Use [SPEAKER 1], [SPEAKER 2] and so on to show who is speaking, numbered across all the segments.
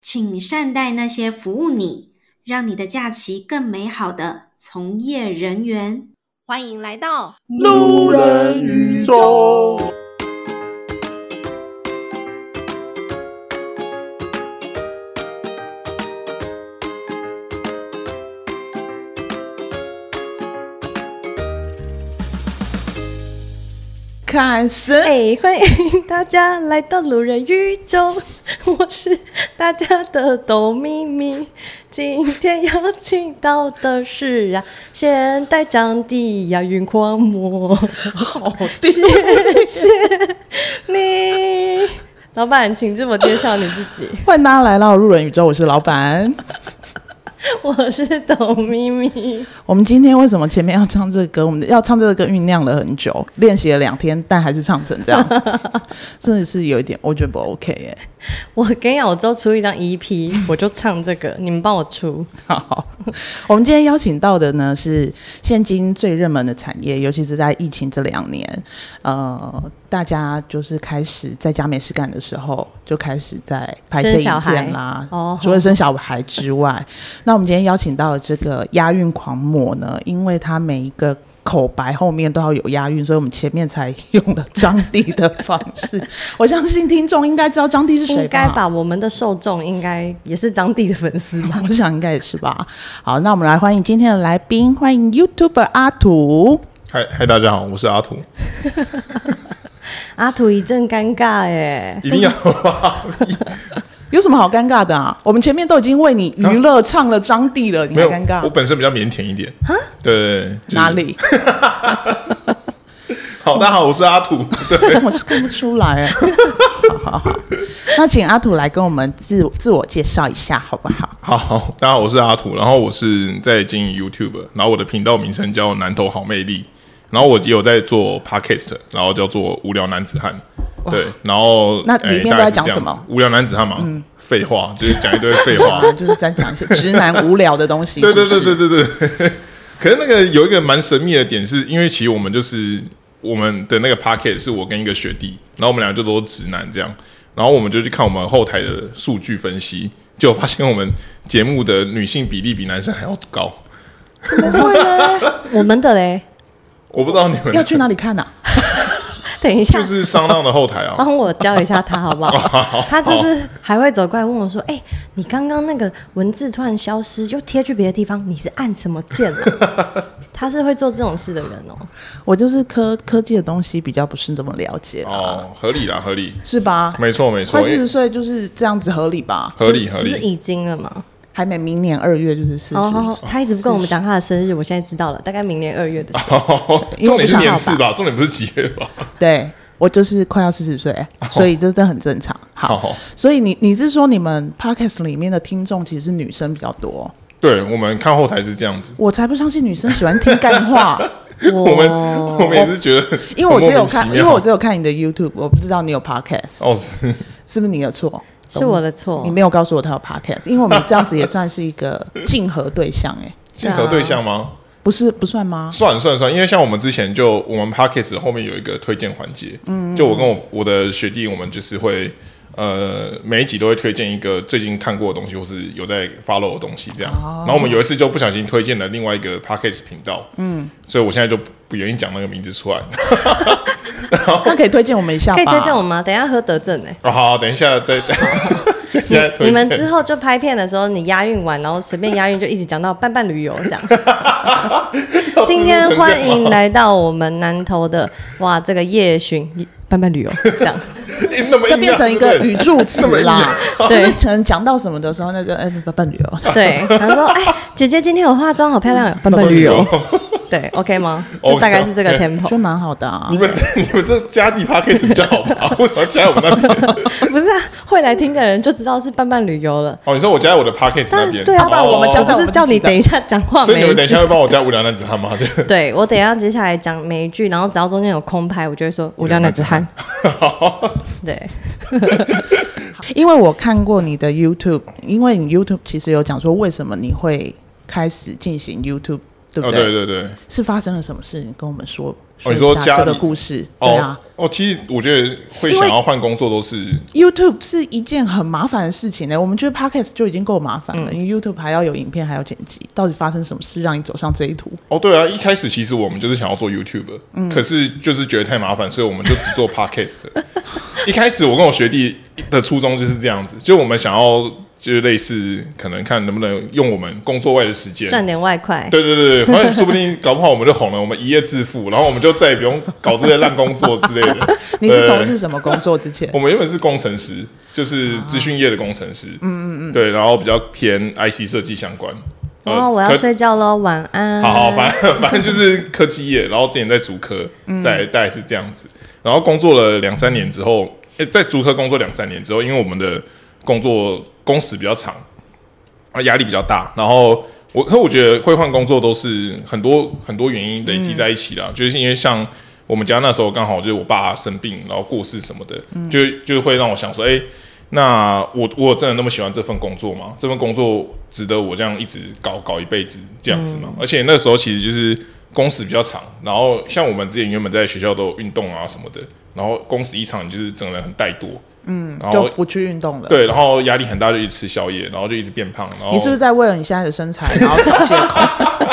[SPEAKER 1] 请善待那些服务你，让你的假期更美好的从业人员。欢迎来到
[SPEAKER 2] 路人宇宙。开始，
[SPEAKER 3] 哎、欢迎大家来到路人宇宙，我是大家的豆咪咪。今天邀请到的是啊，现代长帝亚运狂魔，
[SPEAKER 2] 好
[SPEAKER 3] 谢谢你，老板，请自我介绍你自己。
[SPEAKER 2] 欢迎大家来到路人宇宙，我是老板。
[SPEAKER 3] 我是豆咪咪，
[SPEAKER 2] 我们今天为什么前面要唱这个歌？我们要唱这个歌酝酿了很久，练习了两天，但还是唱成 这样，真的是有一点，我觉得不 OK 哎、
[SPEAKER 3] 我跟你讲，我之后出一张 EP，我 就唱这个，你们帮我出。
[SPEAKER 2] 好，我们今天邀请到的呢是现今最热门的产业，尤其是在疫情这两年，呃，大家就是开始在家没事干的时候，就开始在拍摄
[SPEAKER 3] 生小
[SPEAKER 2] 影
[SPEAKER 3] 孩
[SPEAKER 2] 片啦。
[SPEAKER 3] 哦
[SPEAKER 2] 除了生小孩之外，那我们今天邀请到的这个押韵狂魔呢，因为他每一个。口白后面都要有押韵，所以我们前面才用了张帝的方 式。我相信听众应该知道张帝是谁
[SPEAKER 3] 应该
[SPEAKER 2] 吧？
[SPEAKER 3] 吧，我们的受众应该也是张帝的粉丝 吧？
[SPEAKER 2] 我想应该也是吧。好，那我们来欢迎今天的来宾，欢迎 YouTuber 阿土。
[SPEAKER 4] 嗨嗨，大家好，我是阿土，
[SPEAKER 3] 阿土一阵尴尬哎，
[SPEAKER 4] 一定 要吧？
[SPEAKER 2] 有什么好尴尬的啊？我们前面都已经为你娱乐唱了张帝了，你
[SPEAKER 4] 没
[SPEAKER 2] 还
[SPEAKER 4] 有
[SPEAKER 2] 尴尬
[SPEAKER 4] 我？本身比较腼腆一点。对对对，就是
[SPEAKER 2] 哪？ 里？
[SPEAKER 4] 好，大家好，我是阿土。 对，
[SPEAKER 2] 我是看不出来、啊。好好好，那请阿土来跟我们自自我介绍一下，好不好？
[SPEAKER 4] 好好，大家好，我是阿土，然后我是在经营 YouTube，然后我的频道名称叫南投好魅力，然后我也有在做 Podcast，然后叫做无聊男子汉。对，然后
[SPEAKER 2] 那
[SPEAKER 4] 哎
[SPEAKER 2] 里面
[SPEAKER 4] 大概
[SPEAKER 2] 都在
[SPEAKER 4] 是
[SPEAKER 2] 讲
[SPEAKER 4] 这样
[SPEAKER 2] 什
[SPEAKER 4] 子
[SPEAKER 2] 么嗯
[SPEAKER 4] 无聊男子汉嘛，废话，就是讲一堆 废话。
[SPEAKER 2] 啊，就是在讲一些直男无聊的东西。
[SPEAKER 4] 对
[SPEAKER 2] 是
[SPEAKER 4] 对
[SPEAKER 2] 不是
[SPEAKER 4] 对对对对。 可是那个有一个蛮神秘的点是，因为其实我们就是我们的那个 pocket 是我跟一个学弟，然后我们俩就都是直男这样，然后我们就去看我们后台的数据分析，就发现我们节目的女性比例比男生还要高。
[SPEAKER 3] 我们的嘞，
[SPEAKER 4] 我不知道你们
[SPEAKER 2] 要去哪里看啊？
[SPEAKER 3] 等一下
[SPEAKER 4] 就，是商浪的后台
[SPEAKER 2] 哦
[SPEAKER 4] 啊，
[SPEAKER 3] 帮我教一下他好不好？他就是还会走过来问我说：“哎、你刚刚那个文字突然消失，又贴去别的地方，你是按什么键了、 他是会做这种事的人哦、
[SPEAKER 2] 我就是科科技的东西比较不是这么了解，
[SPEAKER 4] 哦，合理啦，合理，
[SPEAKER 2] 是吧？
[SPEAKER 4] 没错没错
[SPEAKER 2] 快，四
[SPEAKER 4] 因为
[SPEAKER 2] 十岁就是这样子合理吧？
[SPEAKER 4] 合理合
[SPEAKER 3] 不是
[SPEAKER 4] 理，
[SPEAKER 3] 已经了吗？
[SPEAKER 2] 还没明年二月就是四十
[SPEAKER 3] 哦，他一直不跟我们讲他的生日，我现在知道了，大概明年二月的
[SPEAKER 4] 啊
[SPEAKER 3] 时候。
[SPEAKER 2] 因为
[SPEAKER 4] 重点
[SPEAKER 2] 我
[SPEAKER 4] 是
[SPEAKER 2] 想
[SPEAKER 4] 年
[SPEAKER 2] 好
[SPEAKER 4] 次吧，重点不是几月吧？
[SPEAKER 2] 对我就是快要四十岁，
[SPEAKER 4] 哦
[SPEAKER 2] 所以这这很正常。好，
[SPEAKER 4] 好
[SPEAKER 2] 所以你你是说你们 podcast 里面的听众其实是女生比较多？
[SPEAKER 4] 对我们看后台是这样子，
[SPEAKER 2] 我才不相信女生喜欢听干 话，
[SPEAKER 4] 我们我们也是觉得，
[SPEAKER 2] 哦因为我只有
[SPEAKER 4] 很
[SPEAKER 2] 看，
[SPEAKER 4] 莫名其
[SPEAKER 2] 因
[SPEAKER 4] 妙
[SPEAKER 2] 为我只有看你的 YouTube，我不知道你有啊 podcast，、
[SPEAKER 4] 哦是。
[SPEAKER 2] 是不是你的错？
[SPEAKER 3] 是我的错
[SPEAKER 2] 你，没有告诉我他有 podcast，因为我们这样子也算是一个竞合对象、欸，哎，
[SPEAKER 4] 竞合对象吗？
[SPEAKER 2] 不是不算吗？
[SPEAKER 4] 算算算，因为像我们之前就我们 p a c k a g e 后面有一个推荐环节，嗯，就我跟我我的学弟，我们就是会呃每一集都会推荐一个最近看过的东西，或是有在 follow 的东西这样。
[SPEAKER 2] 哦
[SPEAKER 4] 然后我们有一次就不小心推荐了另外一个 p a c k a g e 频道，嗯，所以我现在就不不愿意讲那个名字出来。哦
[SPEAKER 2] 那可以推荐我们一下吧？
[SPEAKER 3] 可以推荐我吗？等一下喝德政哎、
[SPEAKER 4] 啊好，等一下 再，等一下推
[SPEAKER 3] 你们
[SPEAKER 4] 荐。
[SPEAKER 3] 之后就拍片的时候，你押韵完，然后随便押韵就一直讲到伴伴旅游这样。 今天欢迎来到我们南投的哇，这个夜巡伴伴旅游这样。
[SPEAKER 4] 诶，那么
[SPEAKER 2] 这
[SPEAKER 4] 硬啊
[SPEAKER 2] 变
[SPEAKER 4] 要
[SPEAKER 2] 成一个语助词
[SPEAKER 4] 啊
[SPEAKER 2] 啦，
[SPEAKER 3] 对
[SPEAKER 2] 就是可能讲到什么的时候，那就哎，不伴侣哦，
[SPEAKER 3] 对，他说：“哎、姐姐今天我化妆好漂亮，伴伴旅游。对，OK 吗？就
[SPEAKER 4] OK，
[SPEAKER 3] 大概是这个
[SPEAKER 4] OK
[SPEAKER 3] tempo，、
[SPEAKER 2] 就蛮好的啊
[SPEAKER 4] 你。们 你们这加自己 p a c k a g e 比较好吧？ 为什么要加我们那 边？
[SPEAKER 3] 不是啊？会来听的人就知道是伴伴旅游了。
[SPEAKER 4] 哦，你说我加在我的 p a c k a g e 那
[SPEAKER 3] 但
[SPEAKER 4] 边，
[SPEAKER 3] 对啊，
[SPEAKER 2] 爸我们
[SPEAKER 4] 哦
[SPEAKER 2] 加
[SPEAKER 3] 不是叫你等一下讲话
[SPEAKER 4] 所以你
[SPEAKER 3] 每一
[SPEAKER 4] 们等一
[SPEAKER 3] 句
[SPEAKER 4] 下。会帮我加无聊男子 汉吗？这个
[SPEAKER 3] 对我等一下接下来讲每一句，然后只要中间有空拍，我就会说无 聊男子汉。对，
[SPEAKER 2] 因为我看过你的 YouTube，因为你 YouTube 其实有讲说为什么你会开始进行 YouTube，对不对？
[SPEAKER 4] 哦，对对对，
[SPEAKER 2] 是发生了什么事？你跟我们说
[SPEAKER 4] 哦你
[SPEAKER 2] 说
[SPEAKER 4] 说
[SPEAKER 2] 一下
[SPEAKER 4] 家
[SPEAKER 2] 这
[SPEAKER 4] 里
[SPEAKER 2] 个故事，对
[SPEAKER 4] 哦
[SPEAKER 2] 啊。
[SPEAKER 4] 哦，其实我觉得会
[SPEAKER 2] 因为
[SPEAKER 4] 想要换工作都是
[SPEAKER 2] YouTube 是一件很麻烦的事情呢、我们觉得 Podcast 就已经够麻烦了，
[SPEAKER 4] 嗯
[SPEAKER 2] 因为 YouTube 还要有影片，还要剪辑，到底发生什么事让你走上这一途？。
[SPEAKER 4] 哦，对啊，一开始其实我们就是想要做 YouTube，、可是就是觉得太麻烦，所以我们就只做 Podcast。一 开始我跟我学弟的初衷就是这样子，就我们想要就是类似可能看能不能用我们工作外的时间
[SPEAKER 3] 赚点外快。
[SPEAKER 4] 对对对，对反正说不定搞不好我们就红了，我们一夜致富，然后我们就再也不用搞这些烂工作之类的
[SPEAKER 2] 你是从
[SPEAKER 4] 对
[SPEAKER 2] 事什么工作之前？
[SPEAKER 4] 我们原本是工程师，就是资讯业的工程师，嗯嗯嗯，对，然后比较偏 IC 设计相关。呃
[SPEAKER 3] 哦，我要
[SPEAKER 4] 可
[SPEAKER 3] 睡觉喽，晚安。
[SPEAKER 4] 好好，反 正反正就是科技业，然后之前在竹科，在大概是这样子，然后工作了两三年之后，诶在竹科工作两三年之后，因为我们的工作工时比较长，啊，压力比较大，然后我可我觉得会换工作都是很多很多原因累积在一起啦，就是因为像。我们家那时候刚好就是我爸生病，然后过世什么的，就就会让我想说，诶，那我我真的那么喜欢这份工作吗？这份工作值得我这样一直搞搞一辈子这样子吗？
[SPEAKER 2] 嗯
[SPEAKER 4] 而且那时候其实就是工时比较长，然后像我们之前原本在学校都有运动啊什么的，然后工时一长，你就是整个人很怠惰，嗯，然
[SPEAKER 2] 就
[SPEAKER 4] 后
[SPEAKER 2] 不去运动了。
[SPEAKER 4] 对，然后压力很大，就一直吃宵夜，然后就一直变胖，然后
[SPEAKER 2] 你是不是在为了你现在的身材，然后找借口？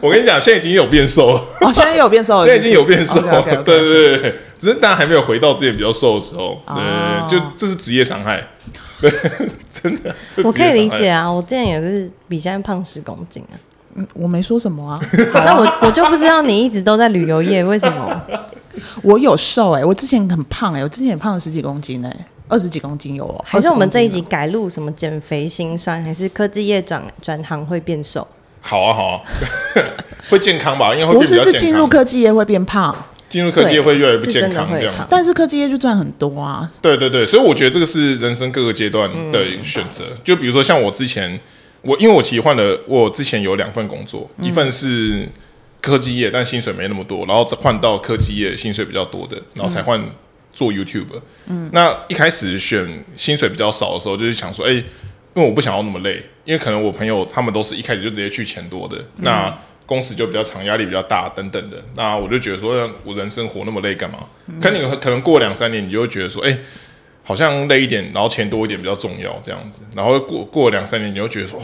[SPEAKER 4] 我跟你讲，现在已经有变瘦了。
[SPEAKER 2] 哦，现在有变瘦了，
[SPEAKER 4] 现在已经有变瘦了
[SPEAKER 2] o k o k
[SPEAKER 4] 对对对对，只是大家还没有回到之前比较瘦的时候，对
[SPEAKER 2] 哦
[SPEAKER 4] 对对，就这是职业伤害， 对，真的，这
[SPEAKER 3] 我
[SPEAKER 4] 职
[SPEAKER 3] 可
[SPEAKER 4] 业
[SPEAKER 3] 以理
[SPEAKER 4] 伤害
[SPEAKER 3] 解啊，我之前也是比现在胖十公斤啊。
[SPEAKER 2] 我没说什么啊，
[SPEAKER 3] 那我我就不知道你一直都在旅游业，为 什么？
[SPEAKER 2] 我有瘦哎、我之前很胖哎、我之前也胖了十几公斤哎、二十几公斤有哦。
[SPEAKER 3] 还是我们这一集
[SPEAKER 2] 20
[SPEAKER 3] 改录什么减肥心酸，还是科技业转转行会变瘦？
[SPEAKER 4] 好啊，好啊， 会健康吧？因为会
[SPEAKER 2] 公斤呢？不是
[SPEAKER 4] 变得比
[SPEAKER 2] 是
[SPEAKER 4] 较
[SPEAKER 2] 进
[SPEAKER 4] 健
[SPEAKER 2] 入
[SPEAKER 4] 康。
[SPEAKER 2] 科技业会变胖，
[SPEAKER 4] 进入科技
[SPEAKER 3] 对
[SPEAKER 4] 会越来越不
[SPEAKER 3] 是
[SPEAKER 4] 健
[SPEAKER 3] 真的
[SPEAKER 4] 康，
[SPEAKER 3] 会
[SPEAKER 4] 这样
[SPEAKER 3] 胖
[SPEAKER 4] 子。
[SPEAKER 2] 但是科技业就赚很多啊。
[SPEAKER 4] 对对对，所以我觉得这个是人生各个阶段
[SPEAKER 2] 嗯
[SPEAKER 4] 的选择。就比如说像我之前，我因为我其实换了，我之前有两份工作，
[SPEAKER 2] 嗯
[SPEAKER 4] 一份是科技业，但薪水没那么多，然后换到科技业薪水比较多的，然
[SPEAKER 2] 嗯
[SPEAKER 4] 后才换做 YouTube。嗯，那一开始选薪水比较少的时候，就是想说，哎、因为我不想要那么累，因为可能我朋友他们都是一开始就直接去钱多的，
[SPEAKER 2] 嗯
[SPEAKER 4] 那工时就比较长，压力比较大等等的。那我就觉得说，我人生活那么累干嘛？
[SPEAKER 2] 嗯
[SPEAKER 4] 可你可能过两三年，你就会觉得说，哎、好像累一点，然后钱多一点比较重要这样子。然后过过两三年，你又觉得说，哦，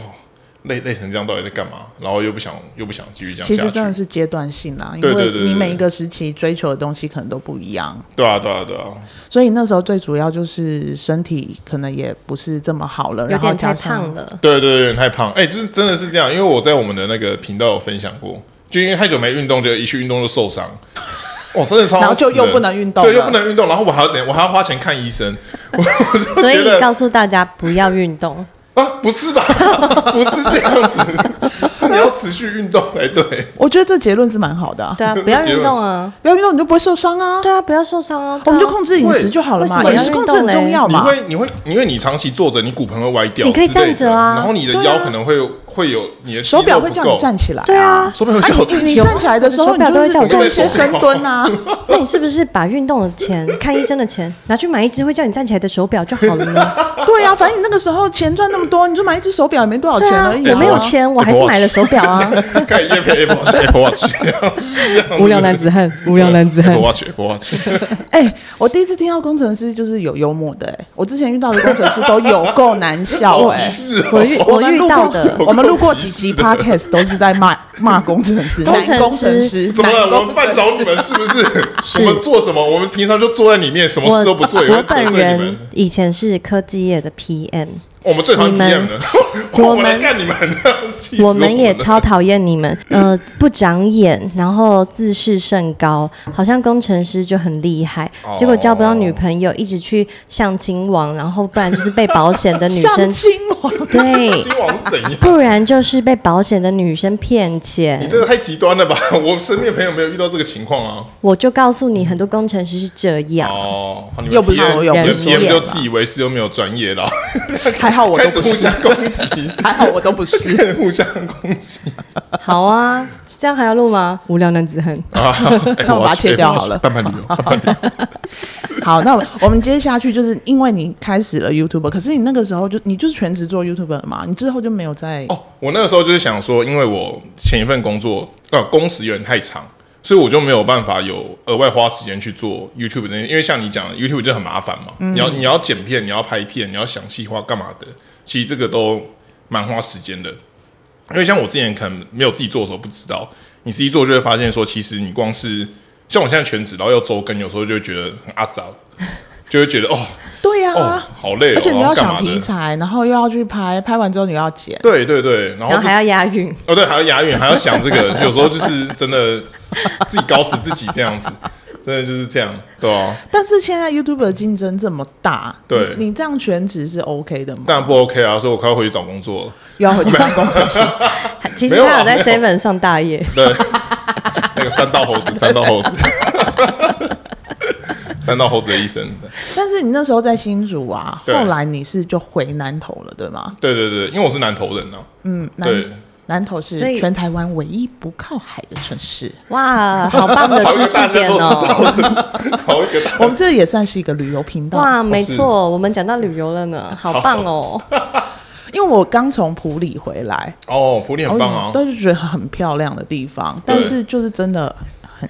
[SPEAKER 4] 累累成这样到底在干嘛？然后又不想又不想继续这样
[SPEAKER 2] 其
[SPEAKER 4] 下
[SPEAKER 2] 实
[SPEAKER 4] 去，
[SPEAKER 2] 真的是阶段性啦，因
[SPEAKER 4] 对对
[SPEAKER 2] 为
[SPEAKER 4] 对对
[SPEAKER 2] 你每一个时期追求的东西可能都不一样，
[SPEAKER 4] 对啊对啊对啊，
[SPEAKER 2] 所以那时候最主要就是身体可能也不是这么好了，
[SPEAKER 3] 有
[SPEAKER 2] 然后
[SPEAKER 3] 点
[SPEAKER 2] 加
[SPEAKER 3] 太
[SPEAKER 2] 上
[SPEAKER 3] 胖了。
[SPEAKER 4] 对对对，太胖。哎、这真的是这样，因为我在我们的那个频道有分享过，就因为太久没运动，就一去运动就 受伤。哇，真的超
[SPEAKER 2] 然后就
[SPEAKER 4] 死人
[SPEAKER 2] 又不能运动
[SPEAKER 4] 对，又
[SPEAKER 2] 了
[SPEAKER 4] 不能运动，然后我还要怎样？我还要花钱看 医生，我我就
[SPEAKER 3] 所
[SPEAKER 4] 觉
[SPEAKER 3] 以告
[SPEAKER 4] 得
[SPEAKER 3] 诉大家不要 运动，
[SPEAKER 4] 啊，不是吧？ 不是这样子，是你要持续运动才 对。
[SPEAKER 2] 我觉得这结论是蛮好的、啊，
[SPEAKER 3] 对啊，不要运动啊，
[SPEAKER 2] 不要运动你就不会受伤啊。
[SPEAKER 3] 对啊，不要受伤啊，
[SPEAKER 2] 我
[SPEAKER 3] 对啊
[SPEAKER 2] 们就控制饮食就好了嘛，
[SPEAKER 3] 为什么
[SPEAKER 2] 饮食控制很重要
[SPEAKER 4] 你
[SPEAKER 2] 嘛。
[SPEAKER 4] 会，你会，因为你长期坐着，你骨盆会歪掉之类的，
[SPEAKER 3] 你可以站着啊
[SPEAKER 4] 然后你的
[SPEAKER 2] 对啊
[SPEAKER 4] 腰可能会会有你的肌
[SPEAKER 2] 手表
[SPEAKER 4] 肉
[SPEAKER 2] 会
[SPEAKER 4] 不
[SPEAKER 2] 叫你
[SPEAKER 4] 够，
[SPEAKER 2] 站起来、啊，
[SPEAKER 3] 对啊，
[SPEAKER 4] 手表会
[SPEAKER 2] 啊
[SPEAKER 4] 叫我
[SPEAKER 2] 你
[SPEAKER 4] 站
[SPEAKER 2] 你
[SPEAKER 4] 起
[SPEAKER 2] 你
[SPEAKER 4] 来，
[SPEAKER 2] 站起来的时候，
[SPEAKER 3] 手表
[SPEAKER 2] 你就
[SPEAKER 3] 都会叫
[SPEAKER 2] 是
[SPEAKER 3] 我
[SPEAKER 2] 做一些深蹲 啊。
[SPEAKER 3] 那你是不是把运动的 钱、看医生的钱拿去买一只会叫你站起来的手表就好了 呢？
[SPEAKER 2] 对啊，反正你那个时候钱赚那么多，你就买一只手表也没多少
[SPEAKER 3] 对
[SPEAKER 2] 钱
[SPEAKER 3] 啊
[SPEAKER 2] 而已、，
[SPEAKER 3] 我没有。钱，我还是买了手 表啊。
[SPEAKER 4] 看叶片 Apple Watch Apple Watch，这样子
[SPEAKER 3] 无聊男子汉，无 聊男子汉
[SPEAKER 4] Apple。Watch Apple Watch。
[SPEAKER 2] 哎、我第一次听到工程师就是有幽默的、哎，我之前遇到的工程师都有够难 笑、
[SPEAKER 4] 好
[SPEAKER 2] 哎
[SPEAKER 4] 歧。视哦！
[SPEAKER 3] 我遇我
[SPEAKER 2] 们
[SPEAKER 3] 遇
[SPEAKER 2] 录
[SPEAKER 3] 到
[SPEAKER 2] 过
[SPEAKER 3] 的
[SPEAKER 2] 我们录过
[SPEAKER 4] 有够
[SPEAKER 2] 几
[SPEAKER 4] 歧
[SPEAKER 2] 集
[SPEAKER 4] 视的
[SPEAKER 2] podcast 都是在 骂骂工程师，
[SPEAKER 3] 工
[SPEAKER 2] 男
[SPEAKER 3] 程师
[SPEAKER 2] 工程师，
[SPEAKER 4] 怎么
[SPEAKER 2] 男
[SPEAKER 4] 了？我
[SPEAKER 2] 工
[SPEAKER 4] 们犯
[SPEAKER 2] 程师
[SPEAKER 4] 着你们是 不是？我们做什么？我们平常就坐在里面，什么
[SPEAKER 3] 我
[SPEAKER 4] 事都不做，也会
[SPEAKER 3] 我
[SPEAKER 4] 得
[SPEAKER 3] 本
[SPEAKER 4] 罪你们
[SPEAKER 3] 人。以前是科技业的 PM，
[SPEAKER 4] 我们最讨厌
[SPEAKER 3] 你们
[SPEAKER 4] PM 了，
[SPEAKER 3] 我
[SPEAKER 4] 我来
[SPEAKER 3] 们
[SPEAKER 4] 干你们，这样气死
[SPEAKER 3] 我
[SPEAKER 4] 我
[SPEAKER 3] 们也
[SPEAKER 4] 了
[SPEAKER 3] 超讨厌你 们，呃，不长眼，然后自视甚高，好像工程师就很厉害，
[SPEAKER 4] 哦
[SPEAKER 3] 结果交不到女朋友，一直去相亲网，然后不然就是被保险的女
[SPEAKER 2] 相
[SPEAKER 3] 生，
[SPEAKER 2] 亲王，
[SPEAKER 3] 对，
[SPEAKER 4] 新网是怎样？
[SPEAKER 3] 不然就是被保险的女生骗钱
[SPEAKER 4] 你。这个太极端了吧！ 我身边朋友没有遇到这个情况啊。
[SPEAKER 3] 我就告诉你，很多工程师是这样。
[SPEAKER 4] 哦，你们
[SPEAKER 2] 又不是
[SPEAKER 4] PM
[SPEAKER 2] 我有
[SPEAKER 4] 你们
[SPEAKER 3] 人说
[SPEAKER 4] PM 就
[SPEAKER 2] 了
[SPEAKER 4] 自以为是，又没有专业了，
[SPEAKER 2] 还好我
[SPEAKER 4] 开
[SPEAKER 2] 都
[SPEAKER 4] 始
[SPEAKER 2] 不
[SPEAKER 4] 互
[SPEAKER 2] 是
[SPEAKER 4] 相，攻击，
[SPEAKER 2] 还好我都不是。
[SPEAKER 4] 互相攻 击
[SPEAKER 3] 好啊，这样还要录吗？无聊男子汉。
[SPEAKER 4] 啊！
[SPEAKER 2] 那我把它切掉好了
[SPEAKER 4] 半伴旅游，半伴旅游。
[SPEAKER 2] 好，那我们接下去就是因为你开始了 YouTube，可是你那个时候就你就是全职做 YouTube 了嘛，你之后就没有再
[SPEAKER 4] 哦哦，我那个时候就是想说，因为我前一份工作呃工时有点太长，所以我就没有办法有额外花时间去做 YouTube 那些，因为像你讲的 YouTube 就很麻烦嘛，你
[SPEAKER 2] 嗯
[SPEAKER 4] 要你要剪片，你要拍片，你要想计划干嘛的，其实这个都蛮花时间的。因为像我之前可能没有自己做的时候不知道，你自己做就会发现说，其实你光是像我现在全职，然后又周更，有时候就会觉得很阿杂，就会觉得哦
[SPEAKER 2] 对呀、
[SPEAKER 4] 哦好累哦，
[SPEAKER 2] 啊而且你
[SPEAKER 4] 然
[SPEAKER 2] 要
[SPEAKER 4] 后干
[SPEAKER 2] 想
[SPEAKER 4] 嘛
[SPEAKER 2] 题
[SPEAKER 4] 的？
[SPEAKER 2] 材，然后又要去拍，拍完之后你又要剪，
[SPEAKER 4] 对对对，然后
[SPEAKER 3] 然后
[SPEAKER 4] 就
[SPEAKER 3] 还要押韵，
[SPEAKER 4] 哦，对，还要押韵，还要想这个，有时候就是真的自己搞死自己这样子，真的就是这样，对啊，
[SPEAKER 2] 但是现在 YouTube 的竞争这么大，
[SPEAKER 4] 对
[SPEAKER 2] 你你这样全职是 OK 的吗？
[SPEAKER 4] 当然不 OK 啊，所以我快要回去找工作了。
[SPEAKER 2] 又要回去办公室，
[SPEAKER 3] 其实
[SPEAKER 4] 没有啊
[SPEAKER 3] 他有在
[SPEAKER 4] 没有
[SPEAKER 3] Seven 上大夜，
[SPEAKER 4] 对，那个三道猴子，三道猴子，三道猴子的一生。
[SPEAKER 2] 但是你那时候在新竹啊，
[SPEAKER 4] 对
[SPEAKER 2] 后来你是就回南投了，对吗？
[SPEAKER 4] 对对对，因为我是南投人啊，
[SPEAKER 2] 嗯，南
[SPEAKER 4] 对，
[SPEAKER 2] 南投
[SPEAKER 3] 所
[SPEAKER 2] 是
[SPEAKER 3] 以
[SPEAKER 2] 全台湾唯一不靠海的城市，
[SPEAKER 3] 哇，好棒的
[SPEAKER 4] 好一
[SPEAKER 3] 知
[SPEAKER 4] 个
[SPEAKER 3] 识
[SPEAKER 4] 大家
[SPEAKER 3] 点
[SPEAKER 4] 都知道
[SPEAKER 3] 哦！
[SPEAKER 4] 的，好一个大
[SPEAKER 2] 我们这也算是一个旅游频道，
[SPEAKER 3] 哇，没错，我们讲到旅游了呢，好棒哦！
[SPEAKER 2] 因为我刚从埔里回来，
[SPEAKER 4] 哦，普里很棒啊，
[SPEAKER 2] 都是觉得很漂亮的地方，但是就是真的很